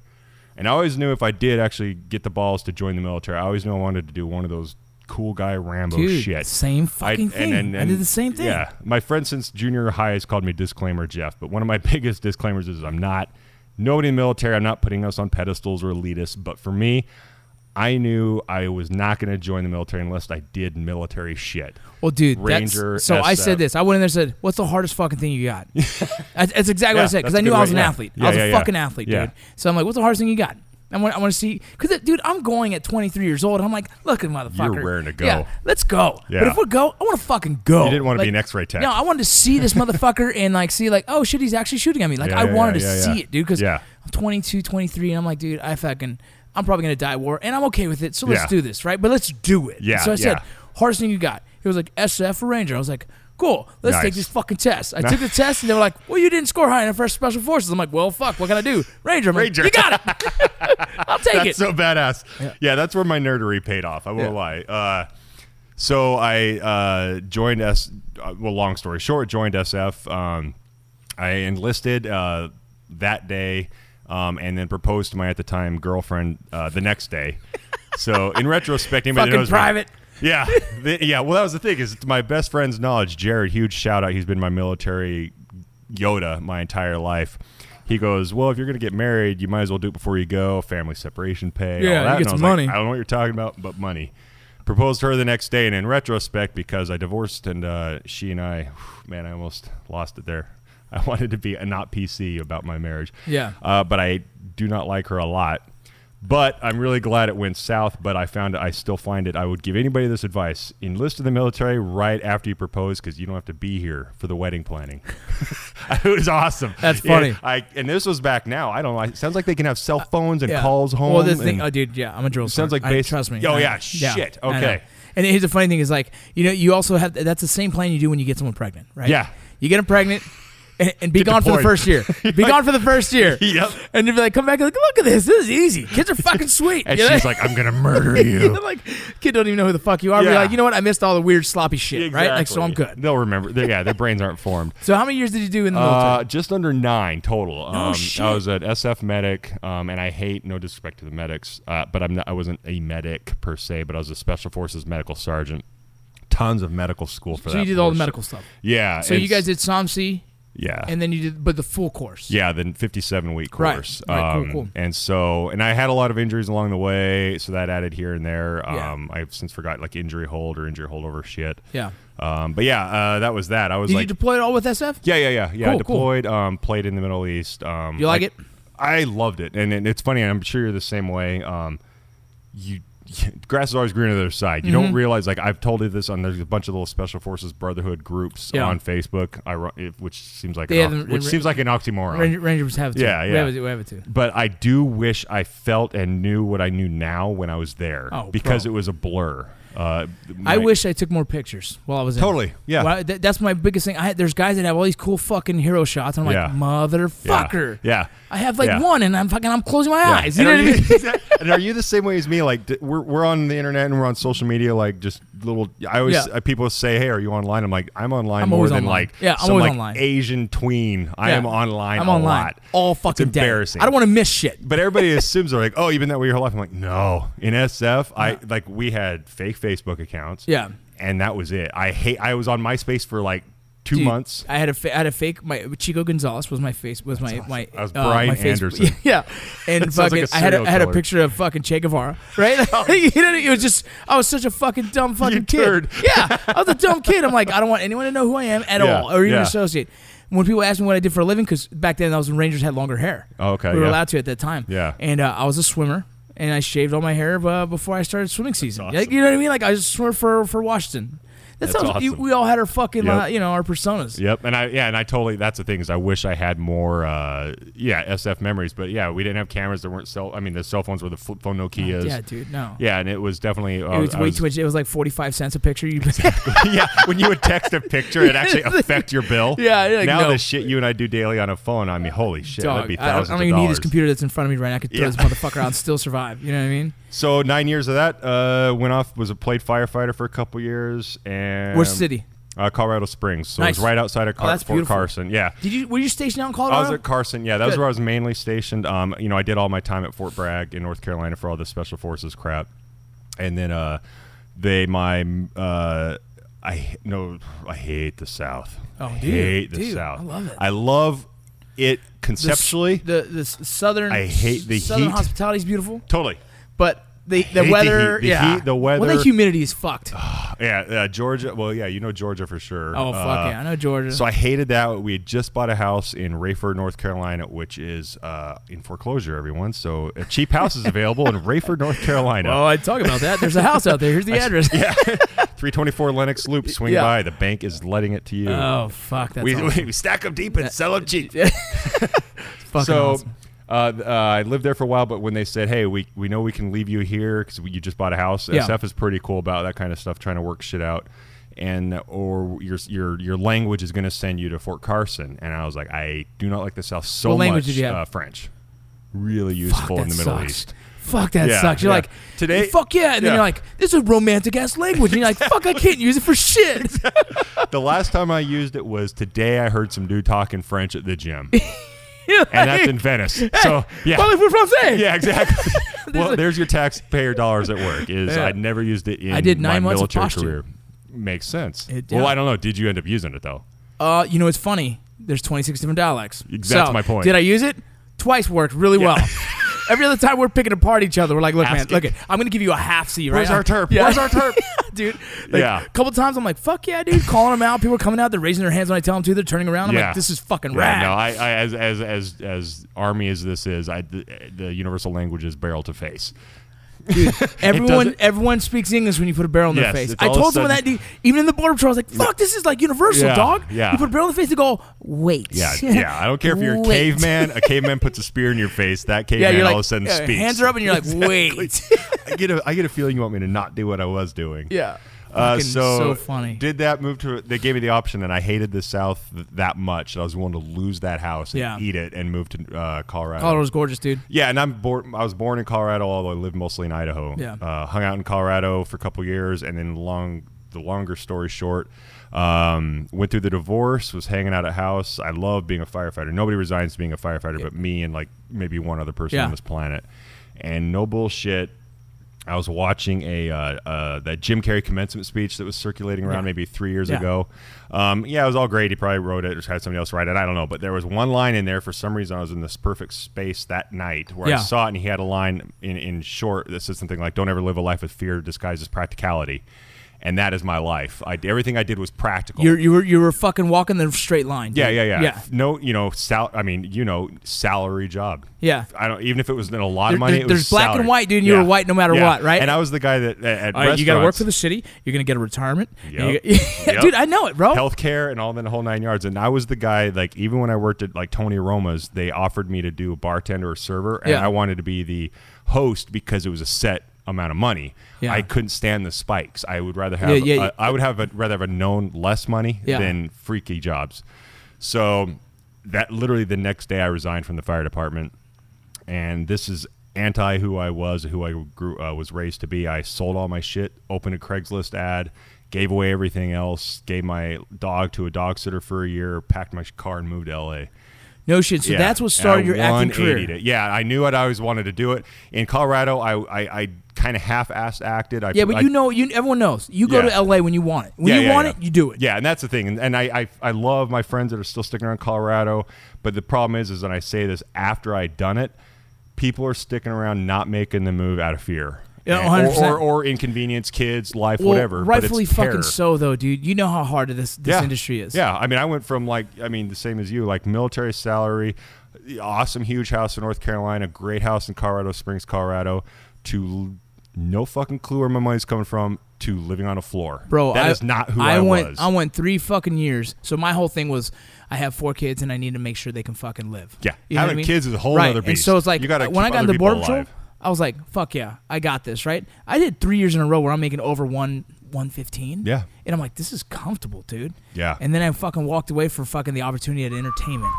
[SPEAKER 2] And I always knew if I did actually get the balls to join the military, I always knew I wanted to do one of those cool guy Rambo
[SPEAKER 3] Dude,
[SPEAKER 2] shit.
[SPEAKER 3] same
[SPEAKER 2] I-
[SPEAKER 3] fucking thing. I did the same thing.
[SPEAKER 2] Yeah, my friend since junior high has called me disclaimer Jeff, but one of my biggest disclaimers is I'm not nobody in the military. I'm not putting us on pedestals or elitist, but for me, I knew I was not going to join the military unless I did military shit.
[SPEAKER 3] Well, dude,
[SPEAKER 2] Ranger,
[SPEAKER 3] that's, so I
[SPEAKER 2] SF.
[SPEAKER 3] said this. I went in there and said, "What's the hardest fucking thing you got?" that's, that's exactly what I
[SPEAKER 2] Yeah,
[SPEAKER 3] said because
[SPEAKER 2] that's a
[SPEAKER 3] I knew
[SPEAKER 2] good
[SPEAKER 3] I
[SPEAKER 2] way-
[SPEAKER 3] was an
[SPEAKER 2] yeah.
[SPEAKER 3] athlete. I
[SPEAKER 2] Yeah,
[SPEAKER 3] was a
[SPEAKER 2] yeah, yeah.
[SPEAKER 3] fucking athlete,
[SPEAKER 2] Yeah.
[SPEAKER 3] dude. So I'm like, "What's the hardest thing you got?" I want, I want to see because, dude, I'm going at 23 years old. and I'm like, "Look at motherfucker,
[SPEAKER 2] raring to go.
[SPEAKER 3] Yeah, let's go. But
[SPEAKER 2] Yeah.
[SPEAKER 3] if we go, I want to fucking go.
[SPEAKER 2] You didn't wanna be
[SPEAKER 3] Like,
[SPEAKER 2] an X-ray tech.
[SPEAKER 3] Oh. No, I wanted to see this motherfucker and like see like, oh shit, he's actually shooting at me. Like
[SPEAKER 2] Yeah,
[SPEAKER 3] I
[SPEAKER 2] yeah,
[SPEAKER 3] wanted
[SPEAKER 2] yeah,
[SPEAKER 3] to
[SPEAKER 2] yeah,
[SPEAKER 3] see
[SPEAKER 2] yeah.
[SPEAKER 3] it, dude. Because
[SPEAKER 2] Yeah.
[SPEAKER 3] I'm 22, 23, and I'm like, dude, I fucking, I'm probably gonna die at war, and I'm okay with it. So let's
[SPEAKER 2] Yeah.
[SPEAKER 3] do this, right? But let's do it.
[SPEAKER 2] Yeah,
[SPEAKER 3] So I said,
[SPEAKER 2] yeah.
[SPEAKER 3] hardest thing you got? He was like SF or Ranger. I was like, cool. Let's
[SPEAKER 2] Nice.
[SPEAKER 3] take this fucking test. I took the test and they were like, well, you didn't score high enough for Special Forces. I'm like, well, fuck. What can I do? Ranger. I'm like,
[SPEAKER 2] Ranger.
[SPEAKER 3] you got it. I'll take it.
[SPEAKER 2] that's so badass. Yeah. that's where my nerdery paid off. I won't
[SPEAKER 3] Yeah.
[SPEAKER 2] lie. Uh, so I uh, joined S. uh, Well, long story short, joined SF. Um, I enlisted uh, that day, um, and then proposed to my at the time girlfriend uh, the next day. So in retrospect, anybody that
[SPEAKER 3] fucking
[SPEAKER 2] knows me-
[SPEAKER 3] private.
[SPEAKER 2] yeah, The- yeah. Well, that was the thing is to my best friend's knowledge. Jared, huge shout out. He's been my military Yoda my entire life. He goes, well, if you're gonna get married, you might as well do it before you go. Family separation pay. all
[SPEAKER 3] Yeah, you
[SPEAKER 2] that.
[SPEAKER 3] get
[SPEAKER 2] And I
[SPEAKER 3] some
[SPEAKER 2] was like,
[SPEAKER 3] money.
[SPEAKER 2] I don't know what you're talking about, but money. Proposed to her the next day, and in retrospect, because I divorced and uh, she and I, man, I almost lost it there. I wanted to be a not PC about my marriage.
[SPEAKER 3] Yeah.
[SPEAKER 2] Uh, but I do not like her a lot. But I'm really glad it went south. But I found I still find it. I would give anybody this advice: enlist in the military right after you propose, because you don't have to be here for the wedding planning. it was awesome.
[SPEAKER 3] That's
[SPEAKER 2] Yeah,
[SPEAKER 3] funny.
[SPEAKER 2] I and this was back now. I don't know. It sounds like they can have cell phones and
[SPEAKER 3] Uh, Yeah.
[SPEAKER 2] calls home.
[SPEAKER 3] Well, this thing,
[SPEAKER 2] and-
[SPEAKER 3] oh, dude, yeah, I'm a drill.
[SPEAKER 2] Sounds
[SPEAKER 3] sergeant.
[SPEAKER 2] like base-
[SPEAKER 3] I, trust me.
[SPEAKER 2] Oh,
[SPEAKER 3] I-
[SPEAKER 2] yeah, shit,
[SPEAKER 3] I know.
[SPEAKER 2] okay.
[SPEAKER 3] And here's the funny thing is like you know you also have that's the same plan you do when you get someone pregnant, right?
[SPEAKER 2] Yeah.
[SPEAKER 3] You get them pregnant. And, and be gone for the
[SPEAKER 2] deployed.
[SPEAKER 3] first year. Be gone for the first year.
[SPEAKER 2] Yep.
[SPEAKER 3] And you're like, come back and like, look at this. This is easy. Kids are fucking sweet.
[SPEAKER 2] and
[SPEAKER 3] You know?
[SPEAKER 2] she's like, "I'm gonna murder you."
[SPEAKER 3] You're like, kid don't even know who the fuck you are. But you're
[SPEAKER 2] Yeah.
[SPEAKER 3] like, you know what? I missed all the weird sloppy shit, right? Like, so I'm
[SPEAKER 2] Exactly.
[SPEAKER 3] good.
[SPEAKER 2] They'll remember. They- yeah, their brains aren't formed.
[SPEAKER 3] So how many years did you do in the
[SPEAKER 2] Uh,
[SPEAKER 3] military?
[SPEAKER 2] just under nine total. Um,
[SPEAKER 3] shit.
[SPEAKER 2] I was an SF medic, um, and I hate no disrespect to the medics, uh, but I'm not. I wasn't a medic per se, but I was a special forces medical sergeant. Tons of medical school for
[SPEAKER 3] So
[SPEAKER 2] that.
[SPEAKER 3] you did all the
[SPEAKER 2] bullshit.
[SPEAKER 3] medical stuff.
[SPEAKER 2] Yeah.
[SPEAKER 3] So you
[SPEAKER 2] it's-
[SPEAKER 3] guys did SOMC,
[SPEAKER 2] Yeah.
[SPEAKER 3] and then you did, but the full course.
[SPEAKER 2] yeah, the 57 week
[SPEAKER 3] Right,
[SPEAKER 2] course.
[SPEAKER 3] right, cool,
[SPEAKER 2] um,
[SPEAKER 3] cool.
[SPEAKER 2] And so, and I had a lot of injuries along the way, so that added here and there.
[SPEAKER 3] Yeah.
[SPEAKER 2] Um, I've since forgot like injury hold or injury holdover shit.
[SPEAKER 3] Yeah.
[SPEAKER 2] Um, but yeah, uh, that was that. I was
[SPEAKER 3] Did
[SPEAKER 2] like,
[SPEAKER 3] you deploy it all with SF?
[SPEAKER 2] Yeah, yeah, yeah, yeah. I
[SPEAKER 3] Cool, cool.
[SPEAKER 2] deployed, um, played in the Middle East. Um,
[SPEAKER 3] You like it?
[SPEAKER 2] I loved it, and, and it's funny. and I'm sure you're the same way. Um, you, grass is always greener on the other side. You
[SPEAKER 3] Mm-hmm.
[SPEAKER 2] don't realize, like I've told you this on. There's a bunch of little Special Forces Brotherhood groups
[SPEAKER 3] Yeah.
[SPEAKER 2] on Facebook, I, ru- it- which seems like
[SPEAKER 3] They
[SPEAKER 2] an,
[SPEAKER 3] have
[SPEAKER 2] ox-
[SPEAKER 3] them-
[SPEAKER 2] which seems like an oxymoron.
[SPEAKER 3] Ranger, Rangers have it too.
[SPEAKER 2] Yeah,
[SPEAKER 3] We
[SPEAKER 2] yeah.
[SPEAKER 3] have it, we have it too.
[SPEAKER 2] but I do wish I felt and knew what I knew now when I was there,
[SPEAKER 3] Oh,
[SPEAKER 2] because
[SPEAKER 3] bro.
[SPEAKER 2] it was a blur. Uh, my-
[SPEAKER 3] I wish I took more pictures while I was in. it.
[SPEAKER 2] Totally, yeah.
[SPEAKER 3] Well, that- that's my biggest thing. I had, there's guys that have all these cool fucking hero shots, and I'm
[SPEAKER 2] Yeah.
[SPEAKER 3] like, motherfucker.
[SPEAKER 2] Yeah.
[SPEAKER 3] I have like
[SPEAKER 2] Yeah.
[SPEAKER 3] one, and I'm fucking I'm closing my
[SPEAKER 2] Yeah.
[SPEAKER 3] eyes. You
[SPEAKER 2] and,
[SPEAKER 3] know
[SPEAKER 2] are
[SPEAKER 3] what I mean?
[SPEAKER 2] you, and are you the same way as me? Like d- we're, we're on the internet and we're on social media. Like just little. I always
[SPEAKER 3] Yeah.
[SPEAKER 2] uh, people say, "Hey, are you online?" I'm like, I'm online
[SPEAKER 3] I'm
[SPEAKER 2] more
[SPEAKER 3] always
[SPEAKER 2] than
[SPEAKER 3] online.
[SPEAKER 2] like
[SPEAKER 3] Yeah, I'm
[SPEAKER 2] some
[SPEAKER 3] always
[SPEAKER 2] like
[SPEAKER 3] online.
[SPEAKER 2] Asian tween. I
[SPEAKER 3] Yeah.
[SPEAKER 2] am online.
[SPEAKER 3] I'm
[SPEAKER 2] a
[SPEAKER 3] online
[SPEAKER 2] lot.
[SPEAKER 3] all fucking
[SPEAKER 2] it's
[SPEAKER 3] day.
[SPEAKER 2] embarrassing.
[SPEAKER 3] I don't want to miss shit.
[SPEAKER 2] But everybody assumes they're like, "Oh, you've been that way your whole life." I'm like, "No." In SF, I like we had fake Facebook accounts.
[SPEAKER 3] Yeah.
[SPEAKER 2] And that was it. I hate. I was on MySpace for like two
[SPEAKER 3] Dude,
[SPEAKER 2] months.
[SPEAKER 3] I had a fa- I had a fake. My Chico Gonzalez was my face. Was my my.
[SPEAKER 2] I was
[SPEAKER 3] uh,
[SPEAKER 2] Brian
[SPEAKER 3] my Facebook-
[SPEAKER 2] Anderson.
[SPEAKER 3] Yeah, and
[SPEAKER 2] That sounds
[SPEAKER 3] fucking.
[SPEAKER 2] like a
[SPEAKER 3] I had a,
[SPEAKER 2] serial
[SPEAKER 3] I had a
[SPEAKER 2] killer. Oh.
[SPEAKER 3] picture of fucking Che Guevara. Right. you know, it was just. I was such a fucking dumb fucking kid.
[SPEAKER 2] turd.
[SPEAKER 3] Yeah, I was a dumb kid. I'm like, I don't want anyone to know who I am at
[SPEAKER 2] Yeah,
[SPEAKER 3] all, or even
[SPEAKER 2] yeah.
[SPEAKER 3] associate. When people asked me what I did for a living, because back then I was when Rangers had longer hair.
[SPEAKER 2] Oh, okay,
[SPEAKER 3] We were
[SPEAKER 2] yeah.
[SPEAKER 3] allowed to at that time.
[SPEAKER 2] Yeah.
[SPEAKER 3] And uh, I was a swimmer. And I shaved all my hair uh, before I started swimming season.
[SPEAKER 2] awesome.
[SPEAKER 3] Like, you know what I mean? Like I was a swimmer for for Washington. That's,
[SPEAKER 2] That's
[SPEAKER 3] how you-
[SPEAKER 2] awesome.
[SPEAKER 3] we all had our fucking
[SPEAKER 2] Yep.
[SPEAKER 3] uh, you know our personas.
[SPEAKER 2] Yep, and I yeah, and I totally. That's the thing is, I wish I had more. Uh, yeah, SF memories, but yeah, we didn't have cameras. There weren't cell. I mean, the cell phones were the flip phone Nokias.
[SPEAKER 3] Yeah, dude, no.
[SPEAKER 2] Yeah, and it was definitely. Uh,
[SPEAKER 3] It was
[SPEAKER 2] I
[SPEAKER 3] way
[SPEAKER 2] was-
[SPEAKER 3] too much. It was like forty five cents a picture. You
[SPEAKER 2] yeah, when you would text a picture, it actually affect your bill.
[SPEAKER 3] Yeah, you're like,
[SPEAKER 2] now
[SPEAKER 3] no.
[SPEAKER 2] the shit you and I do daily on a phone. I mean, holy shit, that'd
[SPEAKER 3] dog.
[SPEAKER 2] be
[SPEAKER 3] I don't, I
[SPEAKER 2] thousands
[SPEAKER 3] don't
[SPEAKER 2] of
[SPEAKER 3] even need
[SPEAKER 2] dollars.
[SPEAKER 3] this computer that's in front of me right now. I could throw
[SPEAKER 2] Yeah.
[SPEAKER 3] this motherfucker out and still survive. You know what I mean?
[SPEAKER 2] So nine years of that. Uh, went off was a played firefighter for a couple years and
[SPEAKER 3] Which city?
[SPEAKER 2] Uh, Colorado Springs. So it
[SPEAKER 3] Nice. Oh,
[SPEAKER 2] was right outside of Car-
[SPEAKER 3] that's
[SPEAKER 2] Fort
[SPEAKER 3] beautiful.
[SPEAKER 2] Carson. Yeah.
[SPEAKER 3] Did you were you stationed out in
[SPEAKER 2] I
[SPEAKER 3] Colorado?
[SPEAKER 2] was at Carson. Yeah, that was
[SPEAKER 3] Good.
[SPEAKER 2] where I was mainly stationed. Um, you know, I did all my time at Fort Bragg in North Carolina for all the special forces crap, and then uh, they my uh, I no, I hate the South.
[SPEAKER 3] Oh,
[SPEAKER 2] I
[SPEAKER 3] dude,
[SPEAKER 2] hate the
[SPEAKER 3] dude,
[SPEAKER 2] South.
[SPEAKER 3] I love it.
[SPEAKER 2] I love it
[SPEAKER 3] The s-
[SPEAKER 2] conceptually.
[SPEAKER 3] the the s- southern.
[SPEAKER 2] I hate the
[SPEAKER 3] southern
[SPEAKER 2] heat.
[SPEAKER 3] hospitality is beautiful,
[SPEAKER 2] totally.
[SPEAKER 3] but the,
[SPEAKER 2] the
[SPEAKER 3] the
[SPEAKER 2] heat,
[SPEAKER 3] weather.
[SPEAKER 2] the
[SPEAKER 3] yeah.
[SPEAKER 2] heat, the weather.
[SPEAKER 3] Well, the humidity is fucked.
[SPEAKER 2] Yeah, uh, Georgia. Well, yeah, you know Georgia for sure. Uh,
[SPEAKER 3] Oh, fuck yeah, I know Georgia.
[SPEAKER 2] So I hated that. We had just bought a house in Rayford, North Carolina, which is uh, in foreclosure. Everyone, so a cheap house is available in Rayford, North Carolina.
[SPEAKER 3] oh, I'd talk about that. There's a house out there. Here's the address.
[SPEAKER 2] yeah, three twenty four Lennox Loop. Swing
[SPEAKER 3] Yeah.
[SPEAKER 2] by. The bank is letting it to you.
[SPEAKER 3] Oh fuck, that's
[SPEAKER 2] we,
[SPEAKER 3] awesome.
[SPEAKER 2] we stack them deep and sell them cheap.
[SPEAKER 3] fucking
[SPEAKER 2] so
[SPEAKER 3] awesome.
[SPEAKER 2] uh, th- uh, I lived there for a while, but when they said, "Hey, we, we know we can leave you here because you just bought a house,"
[SPEAKER 3] Yeah.
[SPEAKER 2] SF is pretty cool about that kind of stuff, trying to work shit out, and or your your your language is going to send you to Fort Carson, and I was like, I do not like the South so
[SPEAKER 3] What language
[SPEAKER 2] much.
[SPEAKER 3] did you have?
[SPEAKER 2] Uh, French, really
[SPEAKER 3] Fuck,
[SPEAKER 2] useful
[SPEAKER 3] that
[SPEAKER 2] in the Middle
[SPEAKER 3] sucks.
[SPEAKER 2] East.
[SPEAKER 3] Fuck that
[SPEAKER 2] Yeah,
[SPEAKER 3] sucks. You're
[SPEAKER 2] yeah.
[SPEAKER 3] like
[SPEAKER 2] Today-
[SPEAKER 3] Fuck yeah, and then
[SPEAKER 2] yeah.
[SPEAKER 3] you're like, this is romantic ass language, and you're like, fuck, I can't use it for shit.
[SPEAKER 2] the last time I used it was today. I heard some dude talking French at the gym,
[SPEAKER 3] You're like,
[SPEAKER 2] and that's in Venice. So yeah,
[SPEAKER 3] Parlez vous français?
[SPEAKER 2] Yeah, exactly. well,
[SPEAKER 3] a-
[SPEAKER 2] there's your taxpayer dollars at work. Is
[SPEAKER 3] Yeah.
[SPEAKER 2] I never used it in
[SPEAKER 3] I did nine
[SPEAKER 2] my
[SPEAKER 3] months of
[SPEAKER 2] military
[SPEAKER 3] Pashtun.
[SPEAKER 2] career. Makes sense.
[SPEAKER 3] It-
[SPEAKER 2] Well,
[SPEAKER 3] yeah.
[SPEAKER 2] I don't know. Did you end up using it though?
[SPEAKER 3] Uh, you know, it's funny. There's 26 different dialects.
[SPEAKER 2] That's
[SPEAKER 3] So,
[SPEAKER 2] my point.
[SPEAKER 3] Did I use it? Twice worked really well. Every other time we're picking apart each other, we're like, look, man,
[SPEAKER 2] Ask it.
[SPEAKER 3] look, it, I'm going to give you a half C, right?
[SPEAKER 2] Where's our
[SPEAKER 3] turf?
[SPEAKER 2] terp? Where's our terp?
[SPEAKER 3] dude. Like,
[SPEAKER 2] Yeah.
[SPEAKER 3] A couple times I'm like, fuck yeah, dude. Calling them out. People are coming out. They're raising their hands when I tell them to. They're turning around. I'm
[SPEAKER 2] yeah.
[SPEAKER 3] like, this is fucking
[SPEAKER 2] yeah,
[SPEAKER 3] rad.
[SPEAKER 2] No, I, I as as as as army as this is, I the, the universal language is barrel to face.
[SPEAKER 3] everyone,
[SPEAKER 2] doesn't-
[SPEAKER 3] everyone speaks English when you put a barrel in
[SPEAKER 2] Yes,
[SPEAKER 3] their face.
[SPEAKER 2] it's
[SPEAKER 3] I
[SPEAKER 2] all of a
[SPEAKER 3] told someone that,
[SPEAKER 2] sudden-
[SPEAKER 3] dude, even in the border patrol, I was like, fuck, this is like universal,
[SPEAKER 2] Yeah,
[SPEAKER 3] dog.
[SPEAKER 2] yeah.
[SPEAKER 3] You put a barrel in the face, they go, wait.
[SPEAKER 2] Yeah, yeah. I don't care if you're a
[SPEAKER 3] Wait.
[SPEAKER 2] caveman. A caveman puts a spear in your face. That
[SPEAKER 3] Yeah,
[SPEAKER 2] caveman
[SPEAKER 3] you're like,
[SPEAKER 2] all of a sudden
[SPEAKER 3] yeah,
[SPEAKER 2] speaks.
[SPEAKER 3] hands are up, and you're like, wait.
[SPEAKER 2] I get a I get a feeling you want me to not do what I was doing.
[SPEAKER 3] Yeah.
[SPEAKER 2] Uh,
[SPEAKER 3] Fucking
[SPEAKER 2] so,
[SPEAKER 3] so funny.
[SPEAKER 2] Did that move to? They gave me the option, and I hated the South th- that much that I was willing to lose that house and
[SPEAKER 3] Yeah.
[SPEAKER 2] eat it and move to uh, Colorado.
[SPEAKER 3] Colorado's gorgeous, dude.
[SPEAKER 2] Yeah, and I'm born. I was born in Colorado, although I lived mostly in Idaho.
[SPEAKER 3] Yeah.
[SPEAKER 2] Uh, hung out in Colorado for a couple years, and then long. The longer story short, um, went through the divorce. Was hanging out at house. I love being a firefighter. Nobody resigns to being a firefighter, but me and like maybe one other person
[SPEAKER 3] Yeah.
[SPEAKER 2] on this planet. And no bullshit. I was watching a uh, uh, that Jim Carrey commencement speech that was circulating around
[SPEAKER 3] Yeah.
[SPEAKER 2] maybe three years
[SPEAKER 3] Yeah.
[SPEAKER 2] ago. Um, yeah, it was all great. He probably wrote it or had somebody else write it. I don't know, but there was one line in there for some reason. I was in this perfect space that night where
[SPEAKER 3] Yeah.
[SPEAKER 2] I saw it, and he had a line in in short that said something like, "Don't ever live a life with fear disguised as practicality," and that is my life. I, everything I did was practical.
[SPEAKER 3] You're, you were you were fucking walking the straight line. dude.
[SPEAKER 2] Oh. yeah, yeah, yeah,
[SPEAKER 3] yeah.
[SPEAKER 2] No, you know, sal- I mean, you know, salary job.
[SPEAKER 3] Yeah.
[SPEAKER 2] I don't. Even if it was in a lot
[SPEAKER 3] There-
[SPEAKER 2] of money,
[SPEAKER 3] there-
[SPEAKER 2] it was
[SPEAKER 3] there's black and
[SPEAKER 2] salary.
[SPEAKER 3] white, dude, and you were white no matter what, right?
[SPEAKER 2] And I was the guy that at, at
[SPEAKER 3] All right, you got to work
[SPEAKER 2] restaurants-
[SPEAKER 3] for the city. You're gonna get a retirement. and
[SPEAKER 2] Yep.
[SPEAKER 3] you get-
[SPEAKER 2] Yep.
[SPEAKER 3] dude, I know it, bro.
[SPEAKER 2] healthcare and all the whole nine yards. And I was the guy, like even when I worked at like Tony Roma's, they offered me to do a bartender or server, and
[SPEAKER 3] Yeah.
[SPEAKER 2] I wanted to be the host because it was a set amount of money.
[SPEAKER 3] Yeah.
[SPEAKER 2] I couldn't stand the spikes. I would rather have
[SPEAKER 3] Yeah, yeah,
[SPEAKER 2] uh,
[SPEAKER 3] yeah.
[SPEAKER 2] I would have a, rather have a known less money
[SPEAKER 3] Yeah.
[SPEAKER 2] than freaky jobs. So that literally the next day I resigned from the fire department and this is anti who I was, who I grew uh, was raised to be. I sold all my shit, opened a Craigslist ad, gave away everything else, gave my dog to a dog sitter for a year, packed my car and moved to LA.
[SPEAKER 3] No shit. So
[SPEAKER 2] Yeah.
[SPEAKER 3] that's what
[SPEAKER 2] And
[SPEAKER 3] started
[SPEAKER 2] I
[SPEAKER 3] your acting
[SPEAKER 2] 180'd
[SPEAKER 3] career.
[SPEAKER 2] It. Yeah, I knew it. I always wanted to do it. In Colorado, I I, I kind of half-assed acted. I,
[SPEAKER 3] Yeah, but
[SPEAKER 2] I-
[SPEAKER 3] you know, you everyone knows. You go
[SPEAKER 2] Yeah.
[SPEAKER 3] to L.A. when you want it. When
[SPEAKER 2] Yeah,
[SPEAKER 3] you
[SPEAKER 2] yeah,
[SPEAKER 3] want
[SPEAKER 2] yeah.
[SPEAKER 3] it, you do it.
[SPEAKER 2] Yeah, and that's the thing. And, and I, I I love my friends that are still sticking around Colorado, but the problem is is and I say this after I'd done it, people are sticking around not making the move out of fear.
[SPEAKER 3] Yeah,
[SPEAKER 2] And- or-
[SPEAKER 3] 100%.
[SPEAKER 2] Or, or inconvenience, kids, life,
[SPEAKER 3] Well,
[SPEAKER 2] whatever. but it's
[SPEAKER 3] Rightfully fucking
[SPEAKER 2] terror.
[SPEAKER 3] so, though, dude. You know how hard this this
[SPEAKER 2] Yeah.
[SPEAKER 3] industry is.
[SPEAKER 2] Yeah, I mean, I went from like, I mean, the same as you, like military salary, awesome huge house in North Carolina, great house in Colorado Springs, Colorado, to l- no fucking clue where my money's coming from, to living on a floor.
[SPEAKER 3] bro.
[SPEAKER 2] that is
[SPEAKER 3] I,
[SPEAKER 2] not who I,
[SPEAKER 3] went,
[SPEAKER 2] was.
[SPEAKER 3] I went three fucking years. So my whole thing was, I have four kids and I need to make sure they can fucking live.
[SPEAKER 2] Yeah.
[SPEAKER 3] You know what
[SPEAKER 2] Having
[SPEAKER 3] I mean?
[SPEAKER 2] kids is a whole
[SPEAKER 3] right.
[SPEAKER 2] nother
[SPEAKER 3] And
[SPEAKER 2] beast.
[SPEAKER 3] so it's like
[SPEAKER 2] You gotta
[SPEAKER 3] uh, when I
[SPEAKER 2] keep
[SPEAKER 3] got
[SPEAKER 2] other
[SPEAKER 3] the border
[SPEAKER 2] people
[SPEAKER 3] patrol,
[SPEAKER 2] alive.
[SPEAKER 3] I was like, fuck yeah, I got this. Right. I did three years in a row where I'm making over one one fifteen.
[SPEAKER 2] Yeah.
[SPEAKER 3] And I'm like, this is comfortable, dude.
[SPEAKER 2] Yeah.
[SPEAKER 3] And then I fucking walked away for fucking the opportunity at entertainment.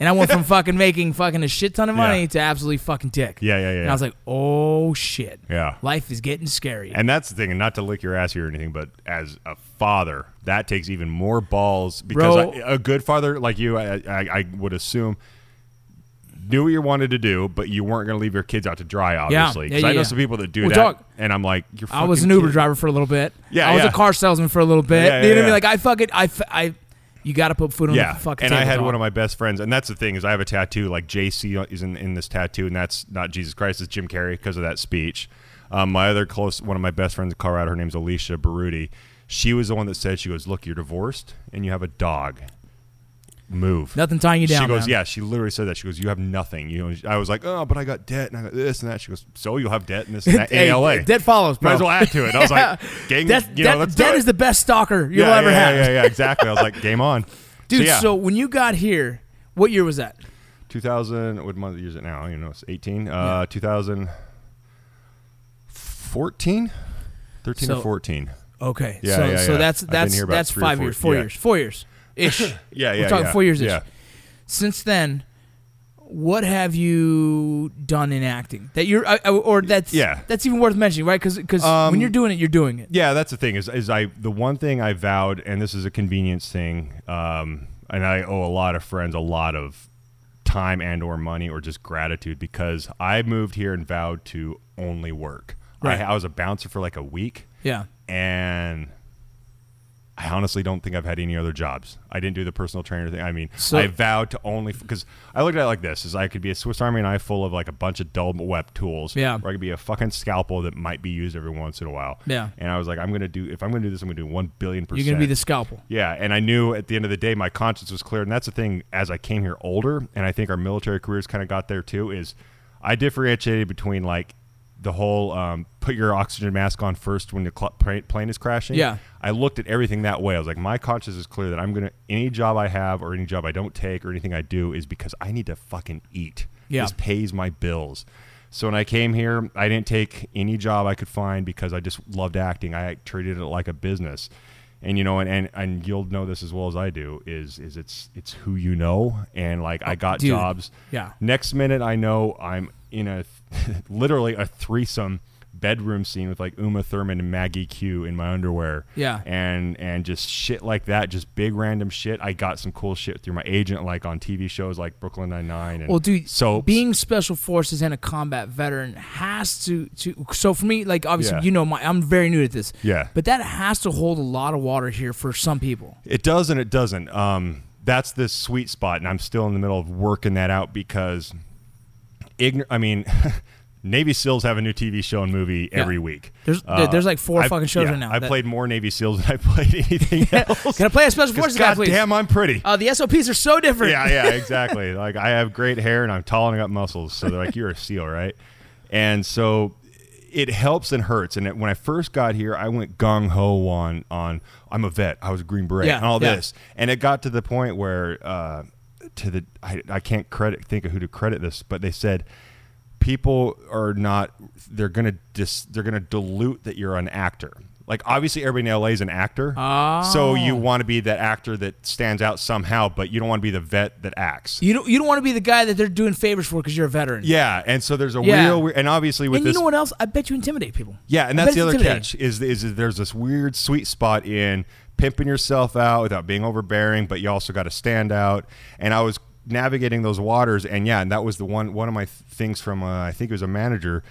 [SPEAKER 3] And I went from fucking making fucking a shit ton of money
[SPEAKER 2] Yeah.
[SPEAKER 3] to absolutely fucking dick.
[SPEAKER 2] Yeah, yeah, yeah,
[SPEAKER 3] And I was like, oh shit.
[SPEAKER 2] Yeah.
[SPEAKER 3] Life is getting scary.
[SPEAKER 2] And that's the thing, and not to lick your ass here or anything, but as a father, that takes even more balls because
[SPEAKER 3] Bro.
[SPEAKER 2] I, a good father like you, I, I, I would assume, knew what you wanted to do, but you weren't going to leave your kids out to dry, obviously.
[SPEAKER 3] Yeah,
[SPEAKER 2] Because
[SPEAKER 3] yeah,
[SPEAKER 2] I know
[SPEAKER 3] yeah.
[SPEAKER 2] some people that do
[SPEAKER 3] Well,
[SPEAKER 2] that,
[SPEAKER 3] dog,
[SPEAKER 2] and I'm like, you're.
[SPEAKER 3] I was an
[SPEAKER 2] fucking
[SPEAKER 3] Uber
[SPEAKER 2] kidding.
[SPEAKER 3] driver for a little bit.
[SPEAKER 2] Yeah,
[SPEAKER 3] I was
[SPEAKER 2] yeah.
[SPEAKER 3] a car salesman for a little bit.
[SPEAKER 2] Yeah, yeah,
[SPEAKER 3] you know what I
[SPEAKER 2] yeah.
[SPEAKER 3] mean? Like I fucking I, f- I you got to put food on
[SPEAKER 2] Yeah,
[SPEAKER 3] the fucking
[SPEAKER 2] and I
[SPEAKER 3] table,
[SPEAKER 2] had
[SPEAKER 3] dog.
[SPEAKER 2] one of my best friends, and that's the thing is I have a tattoo. Like JC is in, in this tattoo, and that's not Jesus Christ, it's Jim Carrey because of that speech. Um, my other close, one of my best friends in Colorado, her name's Alicia Baruti. She was the one that said, she goes, look, you're divorced and you have a dog. Move.
[SPEAKER 3] Nothing tying you down.
[SPEAKER 2] She goes,
[SPEAKER 3] man.
[SPEAKER 2] yeah. She literally said that. She goes, you have nothing. You know, I was like, oh, but I got debt and I got this and that. She goes, so you'll have debt and this and that.
[SPEAKER 3] Hey,
[SPEAKER 2] ALA.
[SPEAKER 3] debt follows, bro.
[SPEAKER 2] Might as well add to it. I was like, gang,
[SPEAKER 3] That's,
[SPEAKER 2] you
[SPEAKER 3] that,
[SPEAKER 2] know, let's do
[SPEAKER 3] that
[SPEAKER 2] it.
[SPEAKER 3] is the best stalker you'll
[SPEAKER 2] yeah,
[SPEAKER 3] ever
[SPEAKER 2] yeah,
[SPEAKER 3] have.
[SPEAKER 2] Yeah, yeah, exactly. I was like, game on,
[SPEAKER 3] Dude,
[SPEAKER 2] So, yeah,
[SPEAKER 3] so when you got here, what year was that?
[SPEAKER 2] 2000. What month is it now? You know, it's 18. Uh, 2014, 13
[SPEAKER 3] So-
[SPEAKER 2] or 14.
[SPEAKER 3] Okay.
[SPEAKER 2] Yeah,
[SPEAKER 3] so
[SPEAKER 2] yeah,
[SPEAKER 3] so
[SPEAKER 2] yeah.
[SPEAKER 3] that's
[SPEAKER 2] I've been
[SPEAKER 3] that's
[SPEAKER 2] here about
[SPEAKER 3] that's
[SPEAKER 2] three or
[SPEAKER 3] five
[SPEAKER 2] four-
[SPEAKER 3] years, four
[SPEAKER 2] yeah.
[SPEAKER 3] years, four years ish.
[SPEAKER 2] Yeah, yeah,
[SPEAKER 3] We're talking
[SPEAKER 2] yeah,
[SPEAKER 3] four years ish.
[SPEAKER 2] yeah.
[SPEAKER 3] Since then, what have you done in acting that you're I- I- or that's
[SPEAKER 2] Yeah. Um,
[SPEAKER 3] that's even worth mentioning, right? Because when you're doing it, you're doing it.
[SPEAKER 2] Yeah, that's the thing is is I the one thing I vowed, and this is a convenience thing, um, and I owe a lot of friends a lot of time and or money or just gratitude because I moved here and vowed to only work.
[SPEAKER 3] Right.
[SPEAKER 2] I, I was a bouncer for like a week.
[SPEAKER 3] Yeah.
[SPEAKER 2] and I honestly don't think I've had any other jobs. I didn't do the personal trainer thing. I mean,
[SPEAKER 3] So-
[SPEAKER 2] I vowed to only because I looked at it like this: is I could be a Swiss Army knife full of like a bunch of dull web tools,
[SPEAKER 3] Yeah.
[SPEAKER 2] or I could be a fucking scalpel that might be used every once in a while,
[SPEAKER 3] Yeah.
[SPEAKER 2] And I was like, I'm gonna do if I'm gonna do this, I'm gonna do one billion percent.
[SPEAKER 3] You're gonna be the scalpel.
[SPEAKER 2] Yeah, and I knew at the end of the day my conscience was clear, and that's the thing. As I came here older, and I think our military careers kind of got there too, is I differentiated between like the whole um, put your oxygen mask on first when the cl- pra- plane is crashing.
[SPEAKER 3] Yeah.
[SPEAKER 2] I looked at everything that way. I was like, my conscience is clear that I'm gonna any job I have or any job I don't take or anything I do is because I need to fucking eat.
[SPEAKER 3] Yeah.
[SPEAKER 2] This pays my bills. So when I came here, I didn't take any job I could find because I just loved acting. I treated it like a business. And you know, and, and, and you'll know this as well as I do, is is it's it's who you know and like I got
[SPEAKER 3] Oh, dude.
[SPEAKER 2] jobs.
[SPEAKER 3] Yeah.
[SPEAKER 2] Next minute I know I'm in a literally a threesome bedroom scene with like Uma Thurman and Maggie Q in my underwear.
[SPEAKER 3] Yeah.
[SPEAKER 2] And and just shit like that, just big random shit. I got some cool shit through my agent like on TV shows like Brooklyn Nine Nine and
[SPEAKER 3] Well, dude,
[SPEAKER 2] soaps.
[SPEAKER 3] being special forces and a combat veteran has to to. So for me, like obviously,
[SPEAKER 2] Yeah.
[SPEAKER 3] you know, my I'm very new to this.
[SPEAKER 2] Yeah.
[SPEAKER 3] But that has to hold a lot of water here for some people.
[SPEAKER 2] It does and it doesn't. Um, that's the sweet spot, and I'm still in the middle of working that out because, ignor- I mean, Navy SEALs have a new TV show and movie every week. Uh,
[SPEAKER 3] There's- there's like four fucking shows right now
[SPEAKER 2] I
[SPEAKER 3] that-
[SPEAKER 2] played more Navy SEALs than I played anything else.
[SPEAKER 3] Can I play a special forces
[SPEAKER 2] Because
[SPEAKER 3] guy, please?
[SPEAKER 2] goddamn, I'm pretty.
[SPEAKER 3] Uh, the SOPs are so different.
[SPEAKER 2] yeah, yeah, exactly. like I have great hair and I'm tall and I got muscles, so they're like, "You're a seal, right?" And so it helps and hurts. And it, when I first got here, I went gung ho on on I'm a vet. I was a Green Beret
[SPEAKER 3] Yeah,
[SPEAKER 2] and all
[SPEAKER 3] yeah.
[SPEAKER 2] this, and it got to the point where uh, to the I, I can't credit think of who to credit this, but they said people are not they're gonna dis, they're gonna dilute that you're an actor. Like obviously everybody in LA is an actor,
[SPEAKER 3] Oh.
[SPEAKER 2] so you want to be that actor that stands out somehow, but you don't want to be the vet that acts.
[SPEAKER 3] You don't you don't want to be the guy that they're doing favors for because you're a veteran.
[SPEAKER 2] Yeah, and so there's a
[SPEAKER 3] Yeah.
[SPEAKER 2] real and obviously with
[SPEAKER 3] And you
[SPEAKER 2] this
[SPEAKER 3] know what else? I bet you intimidate people.
[SPEAKER 2] Yeah, and
[SPEAKER 3] I
[SPEAKER 2] that's
[SPEAKER 3] bet
[SPEAKER 2] the
[SPEAKER 3] it's
[SPEAKER 2] other
[SPEAKER 3] intimidating.
[SPEAKER 2] catch is, is is there's this weird sweet spot in pimping yourself out without being overbearing, but you also got to stand out. And I was navigating those waters, and yeah, and that was the one one of my th- things from uh, I think it was a manager.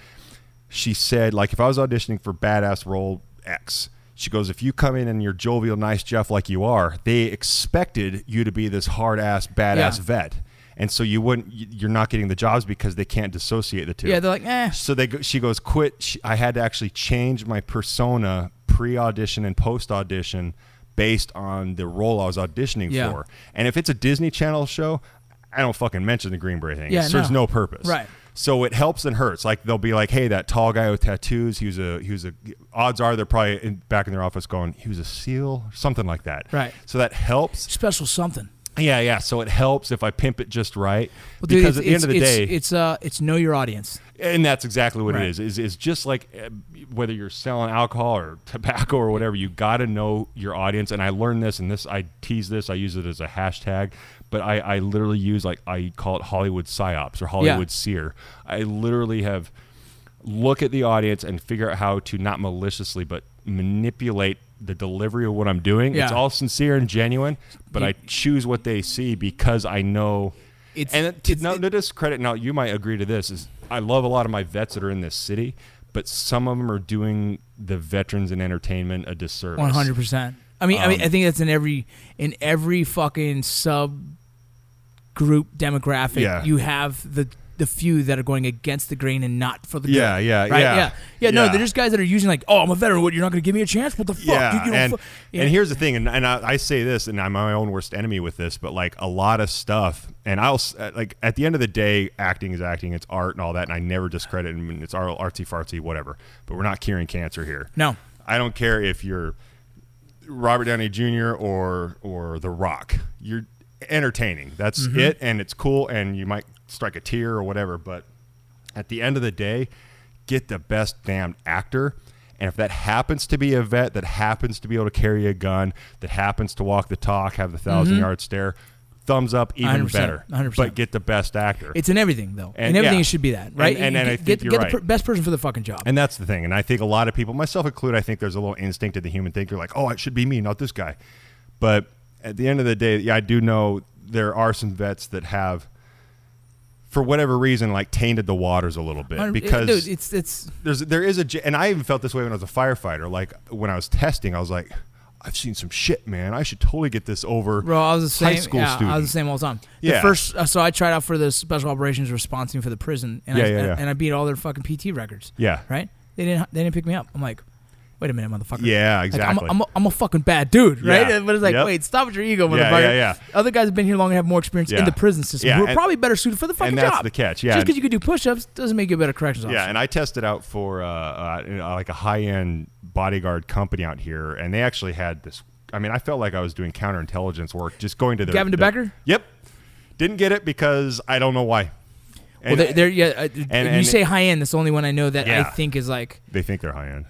[SPEAKER 2] She said like if I was auditioning for badass role X. She goes, if you come in and you're jovial, nice Jeff like you are, they expected you to be this hard ass, badass
[SPEAKER 3] Yeah.
[SPEAKER 2] vet, and so you wouldn't, you- you're not getting the jobs because they can't dissociate the two.
[SPEAKER 3] Yeah, they're like, eh.
[SPEAKER 2] So they go, she goes, quit. She, I had to actually change my persona pre audition and post audition based on the role I was auditioning
[SPEAKER 3] Yeah.
[SPEAKER 2] for. And if it's a Disney Channel show, I don't fucking mention the Green Beret thing.
[SPEAKER 3] Yeah,
[SPEAKER 2] it serves
[SPEAKER 3] no.
[SPEAKER 2] no purpose.
[SPEAKER 3] Right.
[SPEAKER 2] So it helps and hurts. Like they'll be like, "Hey, that tall guy with tattoos. He was a he was a." Odds are they're probably in, back in their office going, "He was a SEAL," something like that.
[SPEAKER 3] Right.
[SPEAKER 2] So that helps.
[SPEAKER 3] Special something.
[SPEAKER 2] Yeah, yeah. So it helps if I pimp it just right.
[SPEAKER 3] Well, dude,
[SPEAKER 2] because
[SPEAKER 3] it's,
[SPEAKER 2] at the end of the
[SPEAKER 3] it's,
[SPEAKER 2] day,
[SPEAKER 3] it's, it's uh it's know your audience.
[SPEAKER 2] and that's exactly what
[SPEAKER 3] Right.
[SPEAKER 2] it is. Is is just like uh, whether you're selling alcohol or tobacco or whatever, you got to know your audience. And I learned this, and this I tease this. I use it as a hashtag, but I I literally use like I call it Hollywood psyops or Hollywood seer. I literally have look at the audience and figure out how to not maliciously but manipulate the delivery of what I'm doing. It's
[SPEAKER 3] Yeah.
[SPEAKER 2] all sincere and genuine, but
[SPEAKER 3] You-
[SPEAKER 2] I choose what they see because I know
[SPEAKER 3] It's-
[SPEAKER 2] and to,
[SPEAKER 3] it's-
[SPEAKER 2] no,
[SPEAKER 3] it-
[SPEAKER 2] no discredit. Now you might agree to this. Is I love a lot of my vets that are in this city, but some of them are doing the veterans and entertainment a disservice.
[SPEAKER 3] One hundred percent. I mean, I
[SPEAKER 2] Um,
[SPEAKER 3] mean, I think that's in every in every fucking sub group demographic.
[SPEAKER 2] Yeah.
[SPEAKER 3] You have the the the few that are going against the grain and not for the
[SPEAKER 2] Yeah,
[SPEAKER 3] good,
[SPEAKER 2] yeah,
[SPEAKER 3] right?
[SPEAKER 2] yeah,
[SPEAKER 3] yeah, yeah. No,
[SPEAKER 2] yeah.
[SPEAKER 3] they're just guys that are using like, oh, I'm a veteran. What? You're not going to give me a chance? What the fuck?
[SPEAKER 2] yeah,
[SPEAKER 3] dude, you don't
[SPEAKER 2] and
[SPEAKER 3] fu-" Yeah.
[SPEAKER 2] and here's the thing, and, and I, I say this, and I'm my own worst enemy with this, but like a lot of stuff, and I'll s- uh, like at the end of the day, acting is acting, it's art and all that, and I never discredit, and it's art, artsy fartsy, whatever. But we're not curing cancer here.
[SPEAKER 3] No.
[SPEAKER 2] I don't care if you're Robert Downey Jr. or or The Rock. You're entertaining. That's it, and it's cool, and you might strike a tear or whatever. But at the end of the day, get the best damned actor. And if that happens to be a vet that happens to be able to carry a gun, that happens to walk the talk, have the 1000 yard stare, thumbs up even
[SPEAKER 3] 100%,
[SPEAKER 2] better.
[SPEAKER 3] 100%.
[SPEAKER 2] But get the best actor.
[SPEAKER 3] It's in everything though.
[SPEAKER 2] And-
[SPEAKER 3] in everything
[SPEAKER 2] yeah.
[SPEAKER 3] it should be that, right?
[SPEAKER 2] And- and- and I think
[SPEAKER 3] get, get
[SPEAKER 2] you're
[SPEAKER 3] the per-
[SPEAKER 2] right.
[SPEAKER 3] best person for the fucking job.
[SPEAKER 2] And that's the thing. And I think a lot of people, myself included, I think there's a little instinct of the human thinker, like, oh, it should be me, not this guy. But at the end of the day, yeah, I do know there are some vets that have, for whatever reason, like tainted the waters a little bit
[SPEAKER 3] Hundred-
[SPEAKER 2] because
[SPEAKER 3] dude, it's it's
[SPEAKER 2] there's there is a ge- and I even felt this way when I was a firefighter. Like when I was testing, I was like, I've seen some shit, man. I should totally get this over.
[SPEAKER 3] Bro, I was the same.
[SPEAKER 2] high school
[SPEAKER 3] yeah,
[SPEAKER 2] student.
[SPEAKER 3] I was the same all the time. The
[SPEAKER 2] Yeah.
[SPEAKER 3] first, uh, so I tried out for the special operations response team for the prison, and
[SPEAKER 2] Yeah,
[SPEAKER 3] I,
[SPEAKER 2] yeah, yeah.
[SPEAKER 3] and I beat all their fucking PT records.
[SPEAKER 2] Yeah.
[SPEAKER 3] Right? They didn't. They didn't pick me up. I'm like, wait a minute, motherfucker.
[SPEAKER 2] Yeah,
[SPEAKER 3] Like,
[SPEAKER 2] exactly.
[SPEAKER 3] I'm, a, I'm, a, I'm a fucking bad dude, right?
[SPEAKER 2] Yeah.
[SPEAKER 3] But it's like,
[SPEAKER 2] Yep.
[SPEAKER 3] wait, stop with your ego, motherfucker.
[SPEAKER 2] Yeah, yeah, yeah.
[SPEAKER 3] Other guys have been here longer, and have more experience in
[SPEAKER 2] Yeah.
[SPEAKER 3] the prison system.
[SPEAKER 2] Yeah,
[SPEAKER 3] who are
[SPEAKER 2] and-
[SPEAKER 3] probably better suited for the fucking
[SPEAKER 2] and that's
[SPEAKER 3] job.
[SPEAKER 2] the catch, yeah.
[SPEAKER 3] Just because you could do push-ups doesn't make you a better corrections officer.
[SPEAKER 2] Yeah, and I tested out for uh, uh, you know, like a high end bodyguard company out here, and they actually had this. I mean, I felt like I was doing counterintelligence work, just going to their
[SPEAKER 3] Gavin
[SPEAKER 2] their-
[SPEAKER 3] DeBecker?
[SPEAKER 2] Yep, didn't get it because I don't know why.
[SPEAKER 3] Well,
[SPEAKER 2] And
[SPEAKER 3] they're, they're yeah. uh, if you
[SPEAKER 2] and-
[SPEAKER 3] say high end, that's the only one I know that I
[SPEAKER 2] Yeah.
[SPEAKER 3] think is like.
[SPEAKER 2] they think they're high end.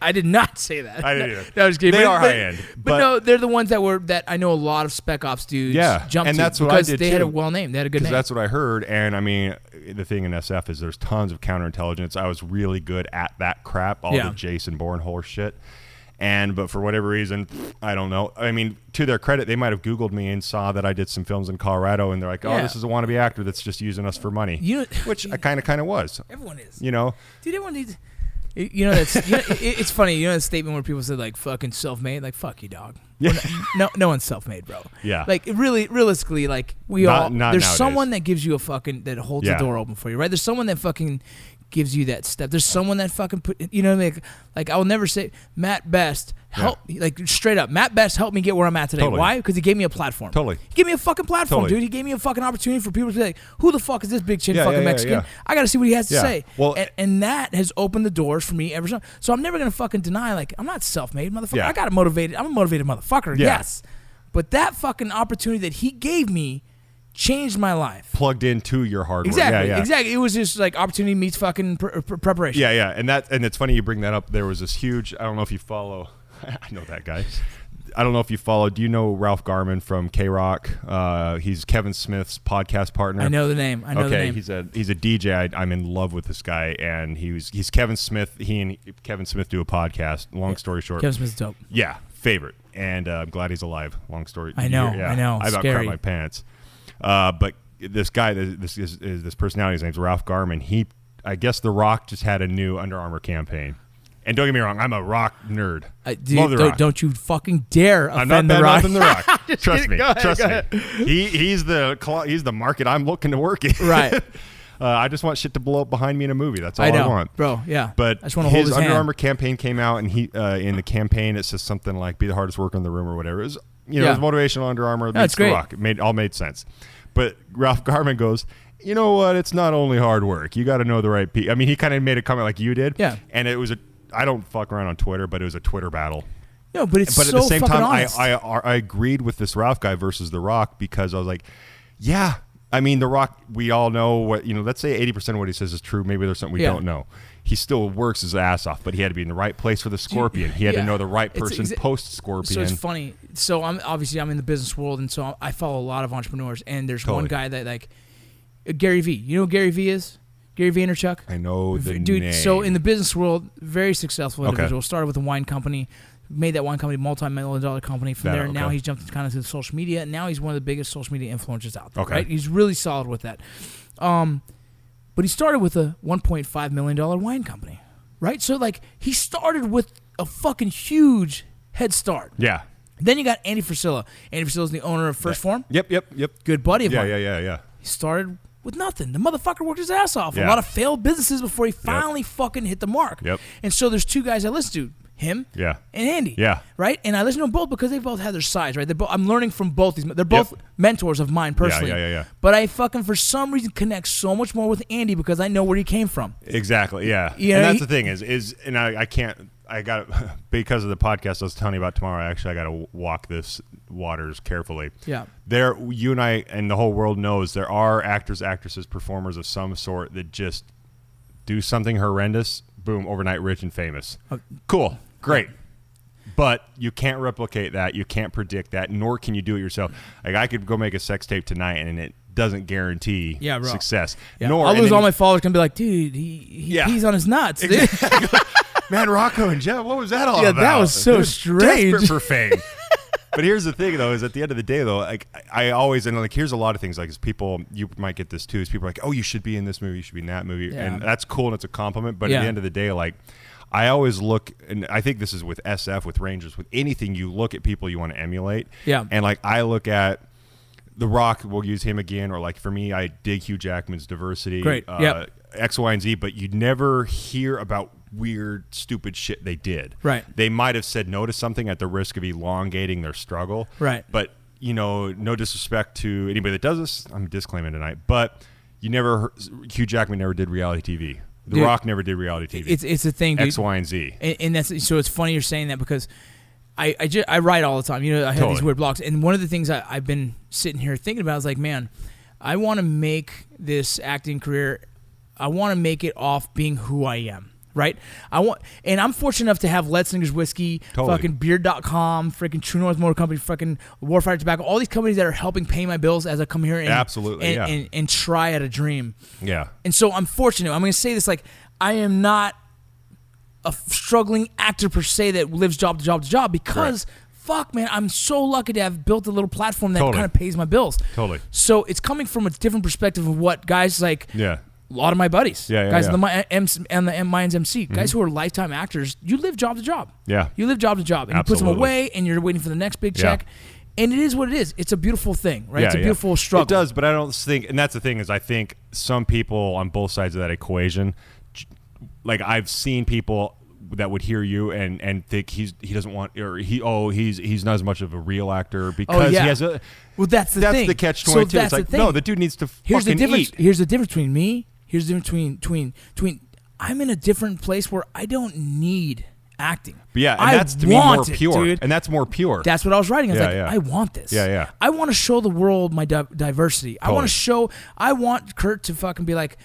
[SPEAKER 3] I did not say that.
[SPEAKER 2] I didn't either.
[SPEAKER 3] No, I was kidding.
[SPEAKER 2] They
[SPEAKER 3] But-
[SPEAKER 2] are
[SPEAKER 3] but-
[SPEAKER 2] high-end,
[SPEAKER 3] but,
[SPEAKER 2] but-
[SPEAKER 3] no, they're the ones that were that I know a lot of spec ops dudes.
[SPEAKER 2] Yeah,
[SPEAKER 3] jump
[SPEAKER 2] and
[SPEAKER 3] to
[SPEAKER 2] that's what I
[SPEAKER 3] because
[SPEAKER 2] did
[SPEAKER 3] They had a
[SPEAKER 2] too.
[SPEAKER 3] well name. They had a good
[SPEAKER 2] Because
[SPEAKER 3] name.
[SPEAKER 2] that's what I heard, and I mean, the thing in SF is there's tons of counterintelligence. I was really good at that crap, all
[SPEAKER 3] Yeah.
[SPEAKER 2] the Jason Bourne horse shit. And but for whatever reason, I don't know. I mean, to their credit, they might have Googled me and saw that I did some films in Colorado, and they're like, "Oh,
[SPEAKER 3] Yeah.
[SPEAKER 2] this is a wannabe actor that's just using us for money,"
[SPEAKER 3] You know-
[SPEAKER 2] which I kind of kind of was.
[SPEAKER 3] everyone is.
[SPEAKER 2] You know,
[SPEAKER 3] Dude, everyone needs. You you know that's you know, it- it's funny. You know that statement where people said like "fucking self-made," like "fuck you, dog." Yeah. No, no one's self-made, bro.
[SPEAKER 2] Yeah.
[SPEAKER 3] Like really, realistically, like we
[SPEAKER 2] Not-
[SPEAKER 3] all.
[SPEAKER 2] not
[SPEAKER 3] there's
[SPEAKER 2] nowadays.
[SPEAKER 3] someone that gives you a fucking that holds
[SPEAKER 2] Yeah.
[SPEAKER 3] the door open for you, right? There's someone that fucking gives you that step. There's someone that fucking put. You know, like like I will never say Matt Best help like straight up Matt Best helped me get where I'm at today.
[SPEAKER 2] Totally.
[SPEAKER 3] Why? Because he gave me a platform.
[SPEAKER 2] Totally.
[SPEAKER 3] He gave me a fucking platform,
[SPEAKER 2] Totally.
[SPEAKER 3] dude. He gave me a fucking opportunity for people to be like, "Who the fuck is this big chin
[SPEAKER 2] Yeah, yeah,
[SPEAKER 3] fucking
[SPEAKER 2] yeah,
[SPEAKER 3] Mexican?"
[SPEAKER 2] yeah.
[SPEAKER 3] I got to see what he has to
[SPEAKER 2] Yeah.
[SPEAKER 3] say.
[SPEAKER 2] Well,
[SPEAKER 3] and, and that has opened the doors for me ever since. So I'm never gonna fucking deny like I'm not self-made motherfucker.
[SPEAKER 2] Yeah.
[SPEAKER 3] I got motivated. I'm a motivated motherfucker.
[SPEAKER 2] Yeah.
[SPEAKER 3] Yes, but that fucking opportunity that he gave me changed my life.
[SPEAKER 2] plugged into your hard work.
[SPEAKER 3] Exactly.
[SPEAKER 2] Yeah, yeah.
[SPEAKER 3] Exactly. It was just like opportunity meets fucking pre- pre- preparation.
[SPEAKER 2] Yeah, yeah, and that and it's funny you bring that up. There was this huge. I don't know if you follow. I know that guy. I don't know if you follow. Do you know Ralph Garman from K Rock? Uh, he's Kevin Smith's podcast partner.
[SPEAKER 3] I know the name. I know the
[SPEAKER 2] okay,
[SPEAKER 3] name.
[SPEAKER 2] he's a he's a DJ. I, I'm in love with this guy, and he was he's Kevin Smith. He and Kevin Smith do a podcast. Long story short,
[SPEAKER 3] Kevin Smith's dope.
[SPEAKER 2] yeah, favorite. And uh, I'm glad he's alive. Long story.
[SPEAKER 3] I know, I know,
[SPEAKER 2] I about
[SPEAKER 3] scary.
[SPEAKER 2] crap my pants. Uh, but this guy, this is, is this personality. His name's Ralph Garman. He, I guess, The Rock just had a new Under Armour campaign. And don't get me wrong, I'm a rock nerd.
[SPEAKER 3] I, Uh, dude,
[SPEAKER 2] Love The
[SPEAKER 3] don't,
[SPEAKER 2] Rock.
[SPEAKER 3] don't you fucking dare offend
[SPEAKER 2] I'm not bad
[SPEAKER 3] the rock.
[SPEAKER 2] mouthing The Rock. trust me. trust me. He he's the cl- he's the market I'm looking to work in.
[SPEAKER 3] Right.
[SPEAKER 2] uh, I just want shit to blow up behind me in a movie. That's all
[SPEAKER 3] I
[SPEAKER 2] I,
[SPEAKER 3] know,
[SPEAKER 2] want,
[SPEAKER 3] bro, yeah.
[SPEAKER 2] But
[SPEAKER 3] I just wanna
[SPEAKER 2] his,
[SPEAKER 3] hold his
[SPEAKER 2] Under
[SPEAKER 3] hand.
[SPEAKER 2] Armour campaign came out, and he uh, in the campaign it says something like "Be the hardest worker in the room" or whatever. It was you know
[SPEAKER 3] Yeah.
[SPEAKER 2] it was motivational Under Armour.
[SPEAKER 3] No, it's
[SPEAKER 2] meets The
[SPEAKER 3] great.
[SPEAKER 2] Rock. It made all made sense. But Ralph Garman goes. You know what? It's not only hard work. You got to know the right people. I mean, he kind of made a comment like you did.
[SPEAKER 3] Yeah.
[SPEAKER 2] And it was a. I don't fuck around on Twitter, but it was a Twitter battle
[SPEAKER 3] No, but it's
[SPEAKER 2] but
[SPEAKER 3] so
[SPEAKER 2] at the same
[SPEAKER 3] fucking
[SPEAKER 2] time, I,
[SPEAKER 3] honest.
[SPEAKER 2] I I agreed with this Ralph guy versus The Rock because I was like, yeah. I mean, The Rock. We all know what you know. Let's say eighty percent of what he says is true. Maybe there's something we
[SPEAKER 3] Yeah.
[SPEAKER 2] don't know. He still works his ass off, but he had to be in the right place for the scorpion. He had
[SPEAKER 3] yeah.
[SPEAKER 2] to know the right
[SPEAKER 3] It's
[SPEAKER 2] person
[SPEAKER 3] exa-
[SPEAKER 2] post scorpion.
[SPEAKER 3] So it's funny. So I'm obviously I'm in the business world, and so I follow a lot of entrepreneurs. And there's one
[SPEAKER 2] Totally.
[SPEAKER 3] guy that like uh, Gary V. You know who Gary V is Gary Vaynerchuk.
[SPEAKER 2] I know the
[SPEAKER 3] dude. So
[SPEAKER 2] name.
[SPEAKER 3] in the business world, very successful
[SPEAKER 2] Okay.
[SPEAKER 3] individual. Started with a wine company, made that wine company multi-million dollar company. From
[SPEAKER 2] That-
[SPEAKER 3] there, now
[SPEAKER 2] okay.
[SPEAKER 3] he's jumped kind of to the social media. And now he's one of the biggest social media influencers out there.
[SPEAKER 2] Okay.
[SPEAKER 3] Right? He's really solid with that. Um, but he started with a 1.5 million dollar wine company, right? So like he started with a fucking huge head start.
[SPEAKER 2] yeah.
[SPEAKER 3] Then you got Andy Frisilla. Andy Frissilla's the owner of First Form,
[SPEAKER 2] Yep. Yep. Yep.
[SPEAKER 3] good buddy of
[SPEAKER 2] Yeah.
[SPEAKER 3] mine.
[SPEAKER 2] Yeah. Yeah. Yeah.
[SPEAKER 3] He started with nothing. The motherfucker worked his ass off. A
[SPEAKER 2] Yeah.
[SPEAKER 3] lot of failed businesses before he finally fucking hit the mark.
[SPEAKER 2] Yep.
[SPEAKER 3] And so there's two guys I listen to. Him
[SPEAKER 2] Yeah.
[SPEAKER 3] and Andy.
[SPEAKER 2] Yeah.
[SPEAKER 3] Right? And I listen to them both because they both have their sides, right? They're both, I'm learning from both these. They're both mentors of mine personally.
[SPEAKER 2] yeah, yeah, yeah.
[SPEAKER 3] But I fucking, for some reason, connect so much more with Andy because I know where he came from.
[SPEAKER 2] Exactly. Yeah.
[SPEAKER 3] Yeah,
[SPEAKER 2] And that's
[SPEAKER 3] he-
[SPEAKER 2] the thing is is and I, I can't I got because of the podcast I was telling you about tomorrow. I Actually, I got to walk this waters carefully.
[SPEAKER 3] Yeah.
[SPEAKER 2] There, you and I and the whole world knows there are actors, actresses, performers of some sort that just do something horrendous. Boom, overnight rich and famous.
[SPEAKER 3] Uh,
[SPEAKER 2] cool, great. But you can't replicate that. You can't predict that, nor can you do it yourself. Like I could go make a sex tape tonight, and it doesn't guarantee
[SPEAKER 3] Yeah, bro.
[SPEAKER 2] success.
[SPEAKER 3] Yeah.
[SPEAKER 2] Nor
[SPEAKER 3] I'll
[SPEAKER 2] and
[SPEAKER 3] lose
[SPEAKER 2] then-
[SPEAKER 3] all my followers. Gonna be like, dude, he, he
[SPEAKER 2] Yeah.
[SPEAKER 3] he's on his nuts. Dude.
[SPEAKER 2] Man, Rocco and Jeff, what was that all
[SPEAKER 3] Yeah, that
[SPEAKER 2] about?
[SPEAKER 3] was so
[SPEAKER 2] They're
[SPEAKER 3] strange.
[SPEAKER 2] Desperate for fame. but here's the thing, though, is at the end of the day, though, like I I always and like here's a lot of things like is people you might get this too is people are like, oh, you should be in this movie, you should be in that movie,
[SPEAKER 3] Yeah.
[SPEAKER 2] and that's cool and it's a compliment. But at
[SPEAKER 3] Yeah.
[SPEAKER 2] the end of the day, like. I always look, and I think this is with SF, with Rangers, with anything. You look at people you want to emulate,
[SPEAKER 3] Yeah.
[SPEAKER 2] And like I look at The Rock, we'll use him again, or like for me, I dig Hugh Jackman's diversity,
[SPEAKER 3] Great,
[SPEAKER 2] uh,
[SPEAKER 3] yep.
[SPEAKER 2] X, Y, and Z, but you never hear about weird, stupid shit they did.
[SPEAKER 3] Right.
[SPEAKER 2] They might have said no to something at the risk of elongating their struggle.
[SPEAKER 3] Right.
[SPEAKER 2] But, you know, no disrespect to anybody that does this. I'm disclaiming tonight, but you never, heard, Hugh Jackman never did reality TV. The
[SPEAKER 3] Dude,
[SPEAKER 2] Rock never did reality TV.
[SPEAKER 3] It's it's a thing, dude.
[SPEAKER 2] X, Y, and Z.
[SPEAKER 3] and, and that's so it's funny you're saying that because I I, ju- I write all the time. You know, I have these
[SPEAKER 2] Totally.
[SPEAKER 3] weird blocks, and one of the things I, I've been sitting here thinking about is like, man, I want to make this acting career. I want to make it off being who I am. Right, I want, and I'm fortunate enough to have Let's English Whiskey,
[SPEAKER 2] Totally.
[SPEAKER 3] fucking Beard.com, freaking True North Motor Company, fucking Warfighter Tobacco, all these companies that are helping pay my bills as I come here and
[SPEAKER 2] Absolutely,
[SPEAKER 3] and,
[SPEAKER 2] yeah.
[SPEAKER 3] and, and try at a dream.
[SPEAKER 2] Yeah.
[SPEAKER 3] And so I'm fortunate. I'm going to say this like I am not a f- struggling actor per se that lives job to job to job because fuck man, I'm so lucky to have built a little platform that
[SPEAKER 2] Totally.
[SPEAKER 3] kind of pays my bills.
[SPEAKER 2] Totally.
[SPEAKER 3] So it's coming from a different perspective of what guys like
[SPEAKER 2] Yeah.
[SPEAKER 3] a lot of my buddies,
[SPEAKER 2] Yeah, yeah,
[SPEAKER 3] guys,
[SPEAKER 2] yeah. Mm-hmm.
[SPEAKER 3] in the Mi- uh, M's and the M- Minds MC, guys who are lifetime actors. You live job to job.
[SPEAKER 2] Yeah.
[SPEAKER 3] you live job to job, and you put them
[SPEAKER 2] Absolutely.
[SPEAKER 3] away, and you're waiting for the next big
[SPEAKER 2] Yeah.
[SPEAKER 3] check. And it is what it is. It's a beautiful thing, right? it's a
[SPEAKER 2] Yeah, yeah.
[SPEAKER 3] beautiful struggle.
[SPEAKER 2] It does, but I don't think, and that's the thing is, I think some people on both sides of that equation, j- like I've seen people that would hear you and and think he's he doesn't want or he oh he's he's not as much of a real actor because
[SPEAKER 3] Oh, yeah.
[SPEAKER 2] he has a
[SPEAKER 3] Well, that's the
[SPEAKER 2] that's
[SPEAKER 3] thing.
[SPEAKER 2] the catch
[SPEAKER 3] So
[SPEAKER 2] twenty two.
[SPEAKER 3] that's
[SPEAKER 2] it's like
[SPEAKER 3] the
[SPEAKER 2] no,
[SPEAKER 3] thing.
[SPEAKER 2] the dude needs to
[SPEAKER 3] here's the
[SPEAKER 2] fucking
[SPEAKER 3] difference.
[SPEAKER 2] eat.
[SPEAKER 3] Here's the difference between me. Here's the difference between between between. I'm in a different place where I don't need acting.
[SPEAKER 2] But yeah, and
[SPEAKER 3] I
[SPEAKER 2] that's to me more
[SPEAKER 3] want it,
[SPEAKER 2] pure,
[SPEAKER 3] dude.
[SPEAKER 2] and that's more pure.
[SPEAKER 3] That's what I was writing. I was
[SPEAKER 2] Yeah,
[SPEAKER 3] like,
[SPEAKER 2] yeah.
[SPEAKER 3] I want this.
[SPEAKER 2] Yeah, yeah.
[SPEAKER 3] I want to show the world my di- diversity. I want
[SPEAKER 2] Totally.
[SPEAKER 3] to show. I want Kurt to fucking be like,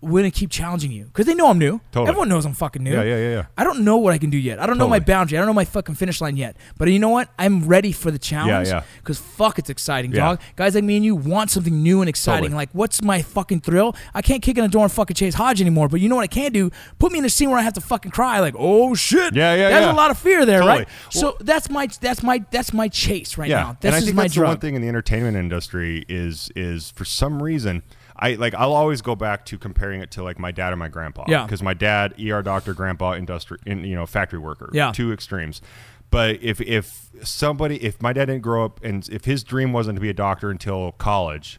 [SPEAKER 3] we're gonna keep challenging you because they know I'm new.
[SPEAKER 2] Totally.
[SPEAKER 3] Everyone knows I'm fucking new.
[SPEAKER 2] Yeah, yeah, yeah, yeah.
[SPEAKER 3] I don't know what I can do yet. I don't know my
[SPEAKER 2] Totally.
[SPEAKER 3] boundary. I don't know my fucking finish line yet. But you know what? I'm ready for the challenge.
[SPEAKER 2] yeah.
[SPEAKER 3] Because fuck, it's exciting,
[SPEAKER 2] Yeah.
[SPEAKER 3] dog. Guys like me and you want something new and exciting.
[SPEAKER 2] Totally.
[SPEAKER 3] Like, what's my fucking thrill? I can't kick in a door and fucking chase Hodge anymore. But you know what I can do? Put me in a scene where I have to fucking cry. Like, oh shit.
[SPEAKER 2] Yeah, yeah,
[SPEAKER 3] There's
[SPEAKER 2] yeah.
[SPEAKER 3] a lot of fear there,
[SPEAKER 2] Totally.
[SPEAKER 3] right? so that's my that's my that's my chase right now. This
[SPEAKER 2] and I
[SPEAKER 3] is
[SPEAKER 2] think
[SPEAKER 3] my
[SPEAKER 2] that's
[SPEAKER 3] drug.
[SPEAKER 2] the one thing in the entertainment industry is is for some reason I like I'll always go back to comparing it to like my dad and my grandpa.
[SPEAKER 3] Yeah.
[SPEAKER 2] Because my dad, ER doctor, grandpa, industry, in, you know, factory worker.
[SPEAKER 3] Yeah.
[SPEAKER 2] Two extremes. But if if somebody if my dad didn't grow up and if his dream wasn't to be a doctor until college,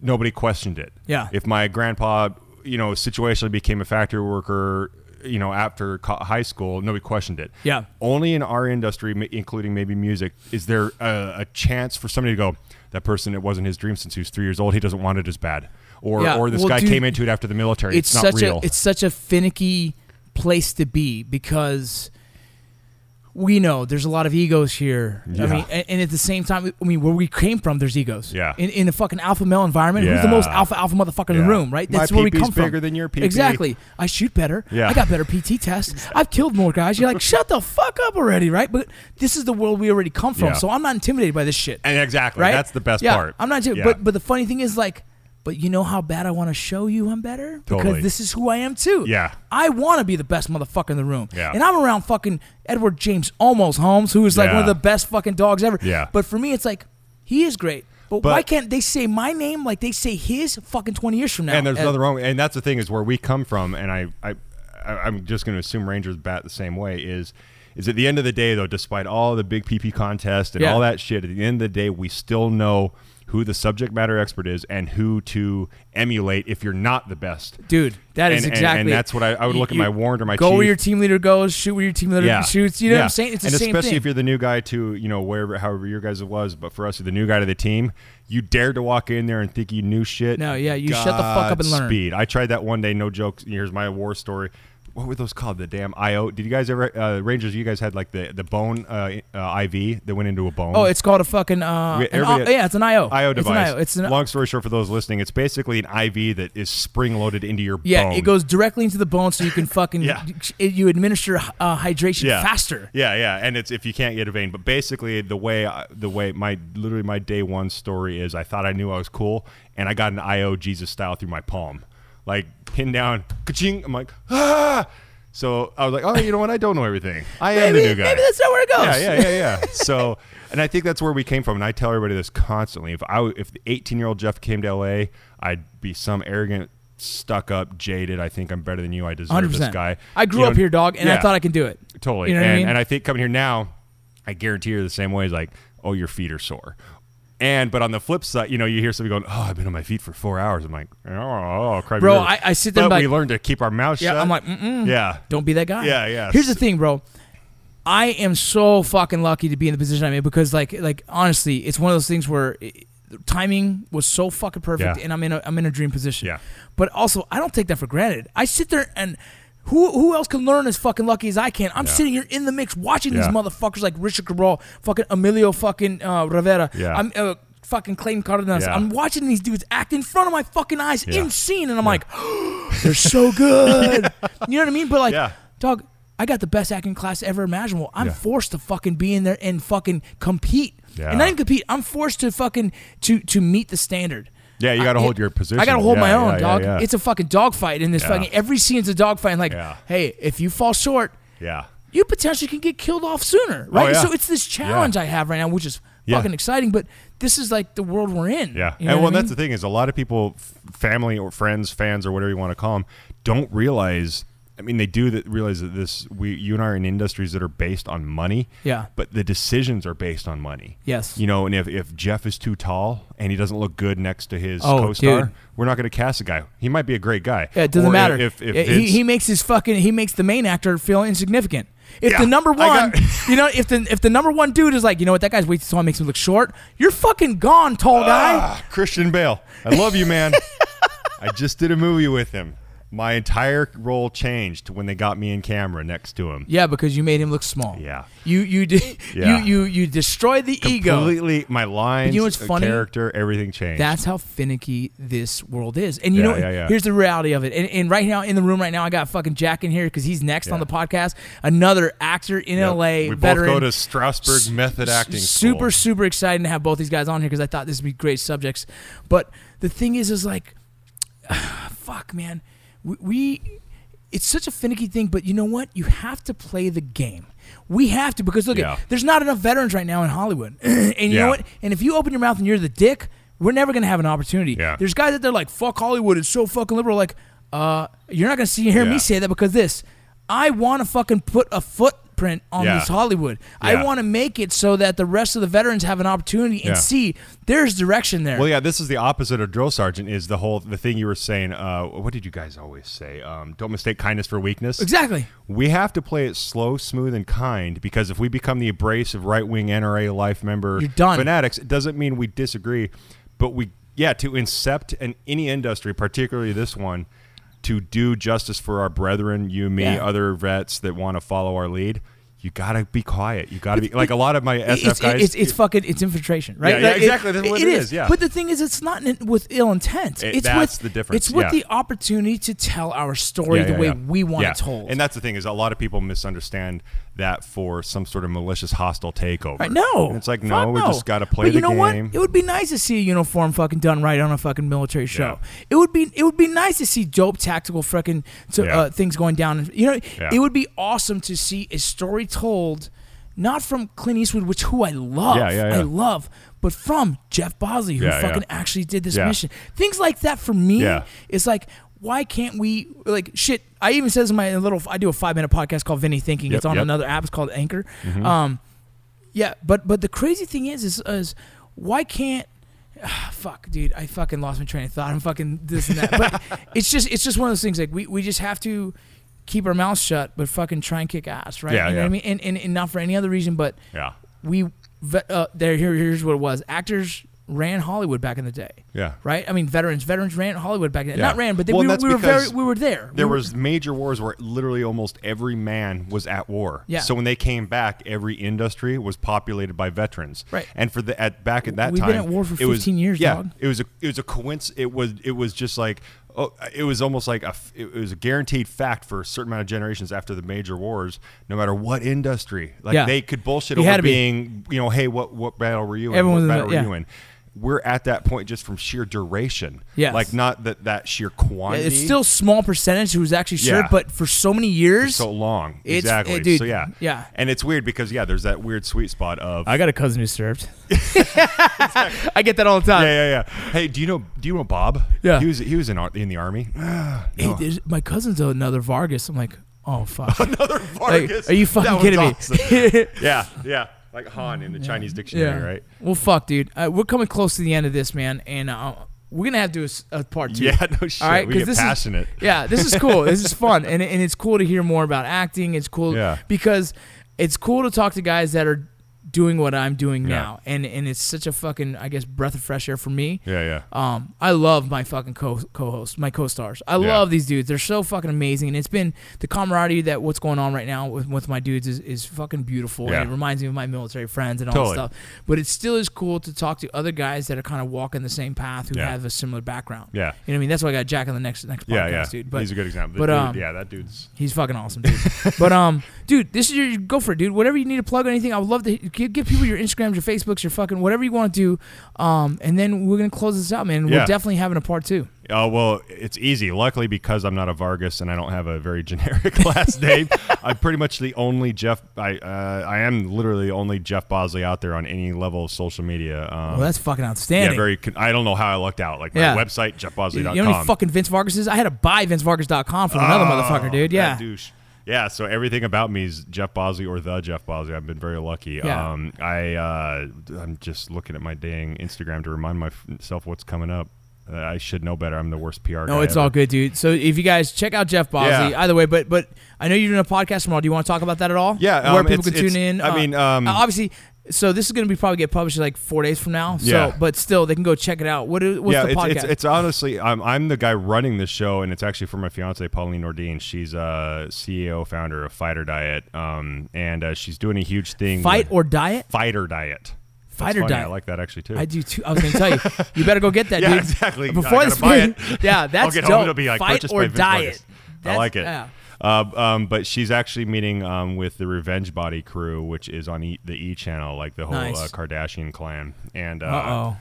[SPEAKER 2] nobody questioned it.
[SPEAKER 3] Yeah.
[SPEAKER 2] If my grandpa, you know, situationally became a factory worker, you know, after co- high school, nobody questioned it
[SPEAKER 3] Yeah.
[SPEAKER 2] only in our industry, ma- including maybe music, is there a, a chance for somebody to go, that person, it wasn't his dream since he was three years old. He doesn't want it as bad. Or,
[SPEAKER 3] Yeah,
[SPEAKER 2] or this
[SPEAKER 3] well,
[SPEAKER 2] guy
[SPEAKER 3] dude,
[SPEAKER 2] came into it after the military. It's,
[SPEAKER 3] It's,
[SPEAKER 2] not
[SPEAKER 3] such
[SPEAKER 2] real.
[SPEAKER 3] a it's such a finicky place to be because we know there's a lot of egos here. I
[SPEAKER 2] Yeah.
[SPEAKER 3] mean, and, and at the same time, I mean, where we came from, there's egos.
[SPEAKER 2] Yeah.
[SPEAKER 3] In, in a fucking alpha male environment, who's the most
[SPEAKER 2] Yeah.
[SPEAKER 3] alpha alpha motherfucker in the
[SPEAKER 2] Yeah.
[SPEAKER 3] room, right?
[SPEAKER 2] My
[SPEAKER 3] That's where we
[SPEAKER 2] peepee's
[SPEAKER 3] come from.
[SPEAKER 2] bigger than your peepee.
[SPEAKER 3] Exactly. I shoot better.
[SPEAKER 2] Yeah.
[SPEAKER 3] I got better PT tests. I've killed more guys. You're like, shut the fuck up already, right? But this is the world we already come from,
[SPEAKER 2] Yeah.
[SPEAKER 3] so I'm not intimidated by this shit
[SPEAKER 2] and exactly.
[SPEAKER 3] right?
[SPEAKER 2] That's the best
[SPEAKER 3] yeah,
[SPEAKER 2] part.
[SPEAKER 3] I'm not too,
[SPEAKER 2] Yeah.
[SPEAKER 3] but but the funny thing is like, but you know how bad I want to show you I'm better because
[SPEAKER 2] Totally.
[SPEAKER 3] this is who I am too.
[SPEAKER 2] Yeah.
[SPEAKER 3] I want to be the best motherfucker in the room.
[SPEAKER 2] Yeah.
[SPEAKER 3] and I'm around fucking Edward James Almost Holmes, who is like one of
[SPEAKER 2] Yeah.
[SPEAKER 3] the best fucking dogs ever.
[SPEAKER 2] Yeah.
[SPEAKER 3] but for me, it's like he is great. But,
[SPEAKER 2] But-
[SPEAKER 3] why can't they say my name like they say his fucking 20 years from now?
[SPEAKER 2] and there's
[SPEAKER 3] Uh,
[SPEAKER 2] nothing wrong. And that's the thing is where we come from. And I, I, I I'm just going to assume Rangers bat the same way. Is is at the end of the day though, despite all the big PP contests and
[SPEAKER 3] Yeah.
[SPEAKER 2] all that shit, at the end of the day, we still know who the subject matter expert is, and who to emulate if you're not the best.
[SPEAKER 3] Dude, that
[SPEAKER 2] And-
[SPEAKER 3] is
[SPEAKER 2] and-
[SPEAKER 3] exactly.
[SPEAKER 2] and
[SPEAKER 3] it.
[SPEAKER 2] that's what I- I would look at my warrant or my
[SPEAKER 3] Go where
[SPEAKER 2] chief.
[SPEAKER 3] your team leader goes, shoot where your team leader shoots. You know what
[SPEAKER 2] Yeah.
[SPEAKER 3] I'm saying? It's the
[SPEAKER 2] and
[SPEAKER 3] same
[SPEAKER 2] especially
[SPEAKER 3] thing.
[SPEAKER 2] if you're the new guy to you know wherever however your guys it was, but for us you're the new guy to the team, you dared to walk in there and think you knew shit.
[SPEAKER 3] No, yeah, you shut the fuck up and learn.
[SPEAKER 2] Speed. I tried that one day. No jokes. Here's my war story. What were those called? The damn IO. Did you guys ever uh, Rangers? You guys had like the the bone uh, uh, IV that went into a bone.
[SPEAKER 3] oh, it's called a fucking. Uh,
[SPEAKER 2] We-
[SPEAKER 3] an
[SPEAKER 2] everybody
[SPEAKER 3] I-
[SPEAKER 2] had-
[SPEAKER 3] yeah, it's an IO.
[SPEAKER 2] IO
[SPEAKER 3] It's
[SPEAKER 2] device.
[SPEAKER 3] an IO. It's an
[SPEAKER 2] Long story short, for those listening, it's basically an IV that is spring loaded into your
[SPEAKER 3] Yeah,
[SPEAKER 2] bone.
[SPEAKER 3] it goes directly into the bone, so you can fucking
[SPEAKER 2] Yeah.
[SPEAKER 3] it, you administer uh, hydration faster.
[SPEAKER 2] Yeah, yeah, and it's if you can't get a vein. But basically, the way I- the way my literally my day one story is, I thought I knew I was cool, and I got an IO Jesus style through my palm, like pin down, ka-ching. I'm like, ah. So I was like, oh, you know what? I don't know everything. I am
[SPEAKER 3] Maybe,
[SPEAKER 2] the new guy.
[SPEAKER 3] maybe that's not where it goes.
[SPEAKER 2] Yeah, yeah, yeah, yeah. so, and I think that's where we came from. And I tell everybody this constantly. If I, w- if the 18 year old Jeff came to L.A., I'd be some arrogant, stuck up, jaded. I think I'm better than you. I deserve
[SPEAKER 3] Hundred
[SPEAKER 2] this
[SPEAKER 3] percent.
[SPEAKER 2] guy.
[SPEAKER 3] I grew
[SPEAKER 2] You
[SPEAKER 3] up
[SPEAKER 2] know,
[SPEAKER 3] here, dog, and I
[SPEAKER 2] yeah.
[SPEAKER 3] thought I can do it.
[SPEAKER 2] Totally.
[SPEAKER 3] You know what
[SPEAKER 2] and,
[SPEAKER 3] I mean?
[SPEAKER 2] and I think coming here now, I guarantee you're the same way. It's like, oh, your feet are sore. And but on the flip side, you know, you hear somebody going, "Oh, I've been on my feet for four hours." I'm like, "Oh, oh crap,
[SPEAKER 3] Bro,
[SPEAKER 2] you're-"
[SPEAKER 3] I- I sit there
[SPEAKER 2] But
[SPEAKER 3] and be
[SPEAKER 2] we
[SPEAKER 3] like-
[SPEAKER 2] learned to keep our mouth
[SPEAKER 3] Yeah,
[SPEAKER 2] shut.
[SPEAKER 3] I'm like, mm-mm.
[SPEAKER 2] yeah,
[SPEAKER 3] don't be that guy.
[SPEAKER 2] Yeah, yeah.
[SPEAKER 3] Here's the thing, bro. I am so fucking lucky to be in the position I'm in because, like, like honestly, it's one of those things where it, the timing was so fucking perfect,
[SPEAKER 2] Yeah.
[SPEAKER 3] and I'm in a I'm in a dream position.
[SPEAKER 2] Yeah.
[SPEAKER 3] But also, I don't take that for granted. I sit there and. Who, who else can learn as fucking lucky as I can? I'm sitting here in the mix watching these
[SPEAKER 2] Yeah.
[SPEAKER 3] motherfuckers like Richard Cabral, fucking Emilio fucking uh, Rivera.
[SPEAKER 2] Yeah.
[SPEAKER 3] I'm uh, fucking Clayton Cardenas.
[SPEAKER 2] Yeah.
[SPEAKER 3] I'm watching these dudes act in front of my fucking eyes
[SPEAKER 2] Yeah.
[SPEAKER 3] in scene, and I'm like, they're so good. You know what I mean? But like,
[SPEAKER 2] Yeah.
[SPEAKER 3] dog, I got the best acting class ever imaginable. I'm
[SPEAKER 2] Yeah.
[SPEAKER 3] forced to fucking be in there and fucking compete,
[SPEAKER 2] Yeah.
[SPEAKER 3] and not even compete. I'm forced to fucking to to meet the standard.
[SPEAKER 2] Yeah, you
[SPEAKER 3] I-
[SPEAKER 2] gotta hold
[SPEAKER 3] it-
[SPEAKER 2] your position.
[SPEAKER 3] I gotta hold
[SPEAKER 2] Yeah,
[SPEAKER 3] my
[SPEAKER 2] yeah,
[SPEAKER 3] own,
[SPEAKER 2] yeah,
[SPEAKER 3] dog.
[SPEAKER 2] yeah.
[SPEAKER 3] It's a fucking dogfight in this
[SPEAKER 2] Yeah.
[SPEAKER 3] fucking. Every scene's a dogfight. And like,
[SPEAKER 2] Yeah.
[SPEAKER 3] hey, if you fall short,
[SPEAKER 2] yeah,
[SPEAKER 3] you potentially can get killed off sooner, right?
[SPEAKER 2] Oh, yeah.
[SPEAKER 3] So it's this challenge I have right now, which is
[SPEAKER 2] Yeah.
[SPEAKER 3] fucking exciting. But this is like the world we're in.
[SPEAKER 2] yeah.
[SPEAKER 3] You know
[SPEAKER 2] and well,
[SPEAKER 3] what I
[SPEAKER 2] that's
[SPEAKER 3] mean?
[SPEAKER 2] the thing is, a lot of people, f- family or friends, fans or whatever you want to call them, don't realize. I mean, they do that realize that this we you and I are in industries that are based on money.
[SPEAKER 3] Yeah.
[SPEAKER 2] But the decisions are based on money.
[SPEAKER 3] Yes.
[SPEAKER 2] You know, and if, if Jeff is too tall and he doesn't look good next to his
[SPEAKER 3] Oh,
[SPEAKER 2] co-star,
[SPEAKER 3] dude.
[SPEAKER 2] we're not going to cast a guy. He might be a great guy.
[SPEAKER 3] Yeah, it doesn't
[SPEAKER 2] Or
[SPEAKER 3] matter.
[SPEAKER 2] If, if
[SPEAKER 3] Yeah, he,
[SPEAKER 2] Vince-
[SPEAKER 3] he makes his fucking he makes the main actor feel insignificant. If
[SPEAKER 2] Yeah,
[SPEAKER 3] the number
[SPEAKER 2] I
[SPEAKER 3] one,
[SPEAKER 2] got-
[SPEAKER 3] you know, if the if the number one dude is like, you know what, that guy's way too tall, makes him look short. You're fucking gone, tall guy.
[SPEAKER 2] Ah, Christian Bale, I love you, man. I just did a movie with him. My entire role changed when they got me in camera next to him.
[SPEAKER 3] Yeah, because you made him look small.
[SPEAKER 2] Yeah.
[SPEAKER 3] you you did,
[SPEAKER 2] Yeah.
[SPEAKER 3] you you you destroyed the ego.
[SPEAKER 2] Completely, my lines,
[SPEAKER 3] You know what's
[SPEAKER 2] the
[SPEAKER 3] funny?
[SPEAKER 2] character, everything changed.
[SPEAKER 3] That's how finicky this world is. And you
[SPEAKER 2] Yeah,
[SPEAKER 3] know,
[SPEAKER 2] yeah, yeah.
[SPEAKER 3] here's the reality of it. And, and right now in the room right now, I got fucking Jack in here because he's next on the podcast. Another actor in
[SPEAKER 2] Yep.
[SPEAKER 3] LA.
[SPEAKER 2] We
[SPEAKER 3] veteran.
[SPEAKER 2] both go to Strasbourg Method
[SPEAKER 3] s-
[SPEAKER 2] Acting
[SPEAKER 3] Super,
[SPEAKER 2] School.
[SPEAKER 3] super excited to have both these guys on here because I thought this would be great subjects. But the thing is, is like, fuck, man, we, we it's such a finicky thing. But you know what? You have to play the game. We have to because look,
[SPEAKER 2] Yeah.
[SPEAKER 3] at, there's not enough veterans right now in Hollywood, and you
[SPEAKER 2] Yeah.
[SPEAKER 3] know what? And if you open your mouth and you're the dick, we're never gonna have an opportunity.
[SPEAKER 2] Yeah.
[SPEAKER 3] There's guys out there like fuck Hollywood, it's so fucking liberal. Like, uh, you're not gonna see hear
[SPEAKER 2] Yeah.
[SPEAKER 3] me say that because this, I want to fucking put a footprint on
[SPEAKER 2] Yeah.
[SPEAKER 3] this Hollywood. I
[SPEAKER 2] Yeah.
[SPEAKER 3] want to make it so that the rest of the veterans have an opportunity
[SPEAKER 2] Yeah.
[SPEAKER 3] and see there's direction there.
[SPEAKER 2] Well, yeah, this is the opposite of drill sergeant. Is the whole the thing you were saying? Uh, what did you guys always say? Um, don't mistake kindness for weakness.
[SPEAKER 3] Exactly.
[SPEAKER 2] We have to play it slow, smooth, and kind because if we become the abrasive right wing NRA life member
[SPEAKER 3] You're done.
[SPEAKER 2] fanatics, it doesn't mean we disagree, but we yeah to incept an any industry, particularly this one, to do justice for our brethren, you, me,
[SPEAKER 3] Yeah.
[SPEAKER 2] other vets that want to follow our lead. You gotta be quiet. You gotta be like a lot of my SF
[SPEAKER 3] it's,
[SPEAKER 2] guys.
[SPEAKER 3] it's, it's fucking it's infiltration, right?
[SPEAKER 2] Yeah, yeah,
[SPEAKER 3] Like, it-
[SPEAKER 2] exactly. That's what it is, yeah.
[SPEAKER 3] But the thing is, it's not in, with ill intent.
[SPEAKER 2] It-
[SPEAKER 3] it's
[SPEAKER 2] that's
[SPEAKER 3] with
[SPEAKER 2] the difference,
[SPEAKER 3] It's with
[SPEAKER 2] yeah.
[SPEAKER 3] the opportunity to tell our story
[SPEAKER 2] Yeah,
[SPEAKER 3] the
[SPEAKER 2] yeah,
[SPEAKER 3] way
[SPEAKER 2] yeah.
[SPEAKER 3] we want
[SPEAKER 2] Yeah.
[SPEAKER 3] it told.
[SPEAKER 2] And that's the thing is a lot of people misunderstand that for some sort of malicious hostile takeover.
[SPEAKER 3] Right, no,
[SPEAKER 2] And it's like
[SPEAKER 3] Fuck
[SPEAKER 2] no, we just got to play
[SPEAKER 3] But
[SPEAKER 2] the
[SPEAKER 3] you know
[SPEAKER 2] game.
[SPEAKER 3] what? It would be nice to see a uniform fucking done right on a fucking military show. It would be it would be nice to see dope tactical fucking to,
[SPEAKER 2] Yeah.
[SPEAKER 3] uh, things going down. You know,
[SPEAKER 2] Yeah.
[SPEAKER 3] it would be awesome to see a story told, not from Clint Eastwood, which who I love,
[SPEAKER 2] Yeah, yeah, yeah.
[SPEAKER 3] I love, but from Jeff Bosley, who
[SPEAKER 2] Yeah, yeah.
[SPEAKER 3] fucking actually did this
[SPEAKER 2] Yeah.
[SPEAKER 3] mission. Things like that for me
[SPEAKER 2] Yeah.
[SPEAKER 3] is like. Why can't we like shit? I even says in my little I do a five minute podcast called Vinny Thinking.
[SPEAKER 2] Yep,
[SPEAKER 3] it's on
[SPEAKER 2] yep. Mm-hmm.
[SPEAKER 3] another app. It's called Anchor. Um, yeah, but but the crazy thing is, is is why can't fuck, dude, I fucking lost my train of thought. I'm fucking this and that. But it's just it's just one of those things like we, we just have to keep our mouths shut, but fucking try and kick ass, right?
[SPEAKER 2] Yeah,
[SPEAKER 3] you know what
[SPEAKER 2] yeah.
[SPEAKER 3] I mean? And, and and not for any other reason, but
[SPEAKER 2] Yeah.
[SPEAKER 3] we ve- uh, there here here's what it was. Actors ran Hollywood back in the day.
[SPEAKER 2] Yeah.
[SPEAKER 3] Right? I mean veterans, veterans ran Hollywood back in the day.
[SPEAKER 2] Yeah.
[SPEAKER 3] Not ran, but they,
[SPEAKER 2] Well,
[SPEAKER 3] we, were-
[SPEAKER 2] that's
[SPEAKER 3] we were very
[SPEAKER 2] because
[SPEAKER 3] we were there.
[SPEAKER 2] There
[SPEAKER 3] We were-
[SPEAKER 2] was major wars where literally almost every man was at war.
[SPEAKER 3] Yeah.
[SPEAKER 2] So when they came back, every industry was populated by veterans.
[SPEAKER 3] Right.
[SPEAKER 2] And for the at back at that
[SPEAKER 3] We've
[SPEAKER 2] time,
[SPEAKER 3] been at war for
[SPEAKER 2] it was-
[SPEAKER 3] 15 years,
[SPEAKER 2] Yeah.
[SPEAKER 3] dog.
[SPEAKER 2] It was a it was a coincidence. It was it was just like oh, it was almost like a f- it was a guaranteed fact for a certain amount of generations after the major wars, no matter what industry, like
[SPEAKER 3] Yeah.
[SPEAKER 2] they could bullshit
[SPEAKER 3] You had
[SPEAKER 2] over
[SPEAKER 3] to be.
[SPEAKER 2] being you know, hey, what what battle were you in?
[SPEAKER 3] Everyone
[SPEAKER 2] what
[SPEAKER 3] was in
[SPEAKER 2] battle
[SPEAKER 3] the-
[SPEAKER 2] were
[SPEAKER 3] yeah.
[SPEAKER 2] you in? We're at that point just from sheer duration,
[SPEAKER 3] Yes.
[SPEAKER 2] Like not that that sheer quantity.
[SPEAKER 3] it's still small percentage who's actually sure,
[SPEAKER 2] Yeah.
[SPEAKER 3] but for so many years
[SPEAKER 2] so long.
[SPEAKER 3] It's-
[SPEAKER 2] exactly.
[SPEAKER 3] uh, dude,
[SPEAKER 2] so yeah.
[SPEAKER 3] yeah.
[SPEAKER 2] And it's weird because yeah, there's that weird sweet spot of
[SPEAKER 3] I got a cousin who served. I get that all the time.
[SPEAKER 2] yeah, yeah, yeah. Hey, do you know do you know Bob?
[SPEAKER 3] Yeah.
[SPEAKER 2] He was he was in ar- in the army.
[SPEAKER 3] Hey, there's- my cousin's another Vargas. I'm like, oh fuck.
[SPEAKER 2] Another
[SPEAKER 3] Like,
[SPEAKER 2] Vargas.
[SPEAKER 3] are you
[SPEAKER 2] That
[SPEAKER 3] fucking
[SPEAKER 2] one's
[SPEAKER 3] kidding
[SPEAKER 2] awesome.
[SPEAKER 3] me?
[SPEAKER 2] yeah, yeah. Like Han in the Chinese dictionary, right?
[SPEAKER 3] Well, fuck, dude. Uh, we're coming close to the end of this, man, and uh, we're gonna have to do a s- a, part two.
[SPEAKER 2] Yeah, no shit.
[SPEAKER 3] All right,
[SPEAKER 2] we
[SPEAKER 3] 'cause
[SPEAKER 2] get
[SPEAKER 3] this is-
[SPEAKER 2] passionate.
[SPEAKER 3] Yeah, this is cool. this is fun, and and it's cool to hear more about acting. It's cool
[SPEAKER 2] Yeah.
[SPEAKER 3] because it's cool to talk to guys that are doing what I'm doing
[SPEAKER 2] Yeah.
[SPEAKER 3] now, and and it's such a fucking I guess breath of fresh air for me.
[SPEAKER 2] yeah, yeah.
[SPEAKER 3] Um, I love my fucking co co-hosts, my co-stars. I
[SPEAKER 2] Yeah.
[SPEAKER 3] love these dudes. They're so fucking amazing, and it's been the camaraderie that what's going on right now with, with my dudes is, is fucking beautiful.
[SPEAKER 2] Yeah.
[SPEAKER 3] And it reminds me of my military friends and all
[SPEAKER 2] Totally.
[SPEAKER 3] that stuff. But it still is cool to talk to other guys that are kind of walking the same path who
[SPEAKER 2] Yeah.
[SPEAKER 3] have a similar background.
[SPEAKER 2] Yeah.
[SPEAKER 3] you know what I mean. That's why I got Jack on the next next podcast,
[SPEAKER 2] yeah, yeah.
[SPEAKER 3] dude. But
[SPEAKER 2] He's a good example.
[SPEAKER 3] but,
[SPEAKER 2] Dude,
[SPEAKER 3] um,
[SPEAKER 2] yeah, that dude's
[SPEAKER 3] He's fucking awesome, dude. but um, dude, this is your go for it, dude. Whatever you need to plug or anything, I would love to give, give people your Instagrams, your Facebooks, your fucking whatever you want to do. Um, and then we're gonna close this out, man. We're
[SPEAKER 2] Yeah.
[SPEAKER 3] definitely having a part two.
[SPEAKER 2] Oh well, it's easy. Luckily, because I'm not a Vargas and I don't have a very generic last name, I'm pretty much the only Jeff. I uh, I am literally the only Jeff Bosley out there on any level of social media. Um,
[SPEAKER 3] Well, Oh, that's fucking
[SPEAKER 2] yeah,
[SPEAKER 3] outstanding.
[SPEAKER 2] very. con- I don't know how I lucked out. Like my
[SPEAKER 3] Yeah.
[SPEAKER 2] website,
[SPEAKER 3] You know
[SPEAKER 2] jeffbosley.com.
[SPEAKER 3] how many fucking Vince Vargases? I had to buy VinceVargas.com from another motherfucker, dude.
[SPEAKER 2] Ah, That
[SPEAKER 3] Yeah.
[SPEAKER 2] douche. Yeah, so everything about me is Jeff Bosley or the Jeff Bosley. I've been very lucky.
[SPEAKER 3] Yeah.
[SPEAKER 2] Um, I uh, I'm just looking at my dang Instagram to remind myself what's coming up. Uh, I should know better. I'm the worst PR.
[SPEAKER 3] No,
[SPEAKER 2] guy
[SPEAKER 3] it's
[SPEAKER 2] ever.
[SPEAKER 3] all good, dude. So if you guys check out Jeff Bosley,
[SPEAKER 2] Yeah.
[SPEAKER 3] either way, but but I know you're doing a podcast tomorrow. Do you want to talk about that at all?
[SPEAKER 2] Yeah,
[SPEAKER 3] where
[SPEAKER 2] um,
[SPEAKER 3] people
[SPEAKER 2] it's-
[SPEAKER 3] can tune
[SPEAKER 2] it's-
[SPEAKER 3] in. Uh,
[SPEAKER 2] I mean, um,
[SPEAKER 3] obviously. So this is going to be probably get published like four days from now. So,
[SPEAKER 2] Yeah.
[SPEAKER 3] but still, they can go check it out. What is, what's
[SPEAKER 2] yeah,
[SPEAKER 3] the
[SPEAKER 2] it's,
[SPEAKER 3] podcast?
[SPEAKER 2] it's it's honestly I'm I'm the guy running the show, and it's actually for my fiance Pauline Nordine. She's uh, a CEO founder of Fighter Diet, um, and uh, she's doing a huge thing.
[SPEAKER 3] Fight
[SPEAKER 2] with
[SPEAKER 3] or diet?
[SPEAKER 2] Fighter Diet. That's
[SPEAKER 3] Fighter
[SPEAKER 2] funny, I
[SPEAKER 3] Diet.
[SPEAKER 2] like that actually too.
[SPEAKER 3] I do too. I was going to tell you, you better go get that,
[SPEAKER 2] yeah,
[SPEAKER 3] dude.
[SPEAKER 2] exactly.
[SPEAKER 3] Before
[SPEAKER 2] I
[SPEAKER 3] this
[SPEAKER 2] gotta buy it.
[SPEAKER 3] yeah, that's
[SPEAKER 2] I'll get
[SPEAKER 3] dope.
[SPEAKER 2] home. It'll be like
[SPEAKER 3] Fight
[SPEAKER 2] purchased by
[SPEAKER 3] or
[SPEAKER 2] Vince
[SPEAKER 3] diet.
[SPEAKER 2] Vargas. I
[SPEAKER 3] That's-
[SPEAKER 2] like it.
[SPEAKER 3] yeah.
[SPEAKER 2] Uh, um, but she's actually meeting um, with the Revenge Body crew, which is on e- the E channel, like the whole
[SPEAKER 3] Nice.
[SPEAKER 2] uh, Kardashian clan. And uh,
[SPEAKER 3] Uh oh.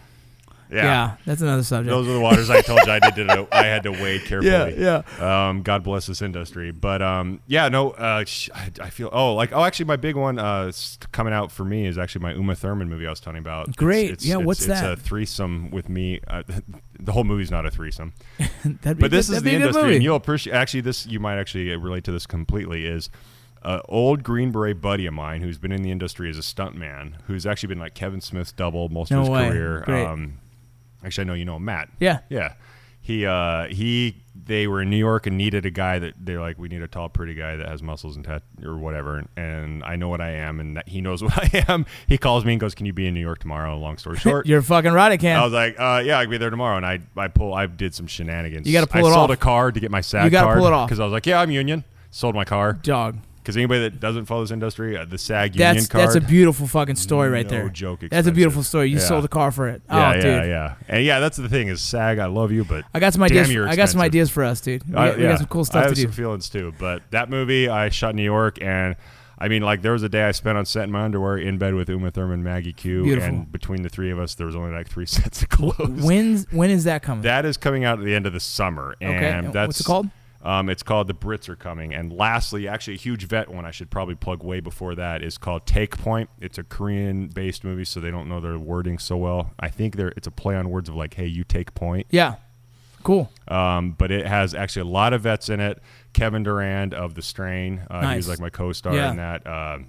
[SPEAKER 2] yeah,
[SPEAKER 3] Yeah. that's another subject.
[SPEAKER 2] Those are the waters I told you I did. It, I had to wade carefully.
[SPEAKER 3] Yeah,
[SPEAKER 2] yeah. Um, God bless this industry, but um, yeah, no, uh, sh- I, I feel oh, like oh, actually, my big one uh, s- coming out for me is actually my Uma Thurman movie I was telling you about. It's-
[SPEAKER 3] Great.
[SPEAKER 2] it's,
[SPEAKER 3] Yeah,
[SPEAKER 2] it's-
[SPEAKER 3] what's
[SPEAKER 2] it's
[SPEAKER 3] that?
[SPEAKER 2] a threesome with me. Uh, the whole movie's not a threesome,
[SPEAKER 3] That'd be,
[SPEAKER 2] but this
[SPEAKER 3] that'd
[SPEAKER 2] is
[SPEAKER 3] be
[SPEAKER 2] the
[SPEAKER 3] a good
[SPEAKER 2] industry, and
[SPEAKER 3] movie.
[SPEAKER 2] you'll appreciate. Actually, this you might actually uh, relate to this completely. Is an old Green Beret buddy of mine who's been in the industry as a stuntman, who's actually been like Kevin Smith's double most
[SPEAKER 3] No
[SPEAKER 2] of his
[SPEAKER 3] way.
[SPEAKER 2] career.
[SPEAKER 3] Great.
[SPEAKER 2] Um, actually, I know you know him, Matt.
[SPEAKER 3] Yeah.
[SPEAKER 2] yeah. He uh, he. They were in New York and needed a guy that they're like, we need a tall, pretty guy that has muscles and tat or whatever. And I know what I am, and that he knows what I am. He calls me and goes, "Can you be in New York tomorrow?" Long story short,
[SPEAKER 3] You're fucking right, I can.
[SPEAKER 2] I was like, uh, yeah, I'll be there tomorrow. And I, I pull, I did some shenanigans.
[SPEAKER 3] You gotta pull
[SPEAKER 2] I
[SPEAKER 3] it
[SPEAKER 2] sold
[SPEAKER 3] off.
[SPEAKER 2] a car to get my SAG
[SPEAKER 3] You gotta
[SPEAKER 2] card
[SPEAKER 3] pull it off.
[SPEAKER 2] because I was like, yeah, I'm union. Sold my car
[SPEAKER 3] Dog.
[SPEAKER 2] because anybody that doesn't follow this industry, uh, the SAG union
[SPEAKER 3] That's
[SPEAKER 2] card.
[SPEAKER 3] that's a beautiful fucking story right
[SPEAKER 2] No
[SPEAKER 3] there.
[SPEAKER 2] joke
[SPEAKER 3] That's a beautiful
[SPEAKER 2] expensive.
[SPEAKER 3] story. You
[SPEAKER 2] Yeah.
[SPEAKER 3] sold a car for it.
[SPEAKER 2] yeah, yeah,
[SPEAKER 3] oh, dude.
[SPEAKER 2] yeah, and yeah. That's the thing is SAG. I love you, but
[SPEAKER 3] I got some
[SPEAKER 2] Damn,
[SPEAKER 3] ideas.
[SPEAKER 2] you're
[SPEAKER 3] I got some
[SPEAKER 2] expensive.
[SPEAKER 3] ideas for us, dude. We,
[SPEAKER 2] I-
[SPEAKER 3] got- we
[SPEAKER 2] yeah.
[SPEAKER 3] got some cool stuff
[SPEAKER 2] I have
[SPEAKER 3] to do.
[SPEAKER 2] some feelings too. But that movie, I shot in New York, and I mean, like there was a day I spent on set in my underwear in bed with Uma Thurman, Maggie Q,
[SPEAKER 3] Beautiful.
[SPEAKER 2] and between the three of us, there was only like three sets of clothes.
[SPEAKER 3] When's when is that coming?
[SPEAKER 2] That is coming out at the end of the summer, and
[SPEAKER 3] Mm. and
[SPEAKER 2] that's
[SPEAKER 3] what's it called?
[SPEAKER 2] Um, it's called The Brits Are Coming. And lastly, actually, a huge vet one I should probably plug way before that is called Take Point. It's a Korean-based movie, so they don't know their wording so well. I think they're, it's a play on words of like, "Hey, you take point."
[SPEAKER 3] yeah. Cool.
[SPEAKER 2] Um, but it has actually a lot of vets in it. Kevin Durand of The Strain, uh, he
[SPEAKER 3] Nice.
[SPEAKER 2] was like my co-star
[SPEAKER 3] Yeah.
[SPEAKER 2] in that. Um,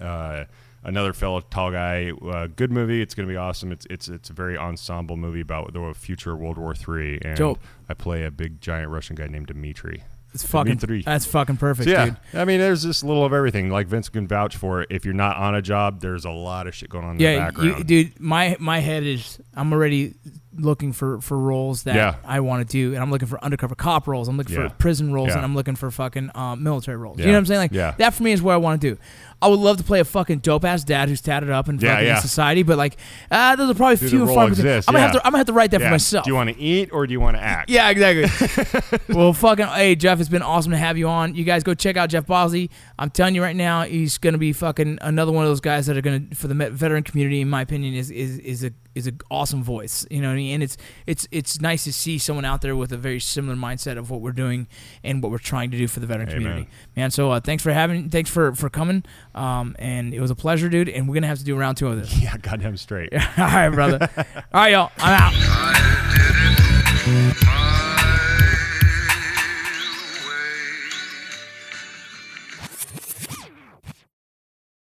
[SPEAKER 2] uh, another fellow tall guy. Uh, good movie. It's going to be awesome. It's it's it's a very ensemble movie about the future World War Three. And
[SPEAKER 3] Dope.
[SPEAKER 2] I play a big giant Russian guy named Dmitri.
[SPEAKER 3] It's fucking
[SPEAKER 2] three.
[SPEAKER 3] That's fucking perfect,
[SPEAKER 2] So, yeah,
[SPEAKER 3] dude.
[SPEAKER 2] I mean, there's just a little of everything. Like Vince can vouch for it. If you're not on a job, there's a lot of shit going on in the
[SPEAKER 3] Yeah,
[SPEAKER 2] background.
[SPEAKER 3] you, dude. My my head is. I'm already looking for for roles that
[SPEAKER 2] Yeah.
[SPEAKER 3] I want to do, and I'm looking for undercover cop roles. I'm looking
[SPEAKER 2] Yeah.
[SPEAKER 3] for prison roles, and
[SPEAKER 2] Yeah.
[SPEAKER 3] I'm looking for fucking um, military roles. You
[SPEAKER 2] Yeah.
[SPEAKER 3] know what I'm saying? Like
[SPEAKER 2] Yeah.
[SPEAKER 3] that for me is what I want to do. I would love to play a fucking dope ass dad who's tatted up and
[SPEAKER 2] Yeah,
[SPEAKER 3] fucking
[SPEAKER 2] yeah.
[SPEAKER 3] in society, but like ah, those are probably
[SPEAKER 2] the
[SPEAKER 3] few and
[SPEAKER 2] role
[SPEAKER 3] far between. I'm
[SPEAKER 2] exists,
[SPEAKER 3] gonna have
[SPEAKER 2] yeah.
[SPEAKER 3] to. I'm gonna have to write that
[SPEAKER 2] Yeah.
[SPEAKER 3] for myself.
[SPEAKER 2] Do you want to eat or do you want to act?
[SPEAKER 3] Yeah, exactly. well, fucking, hey, Jeff, it's been awesome to have you on. You guys go check out Jeff Bosley. I'm telling you right now, he's going to be fucking another one of those guys that are going to, for the me- veteran community, in my opinion, is is is a is an awesome voice. You know what I mean? And it's it's it's nice to see someone out there with a very similar mindset of what we're doing and what we're trying to do for the veteran
[SPEAKER 2] Amen.
[SPEAKER 3] community, man. So uh, thanks for having, thanks for for coming, um, and it was a pleasure, dude. And we're gonna have to do round two of this.
[SPEAKER 2] Yeah, goddamn straight.
[SPEAKER 3] All right, brother. All right, y'all. I'm out.
[SPEAKER 4] I did it.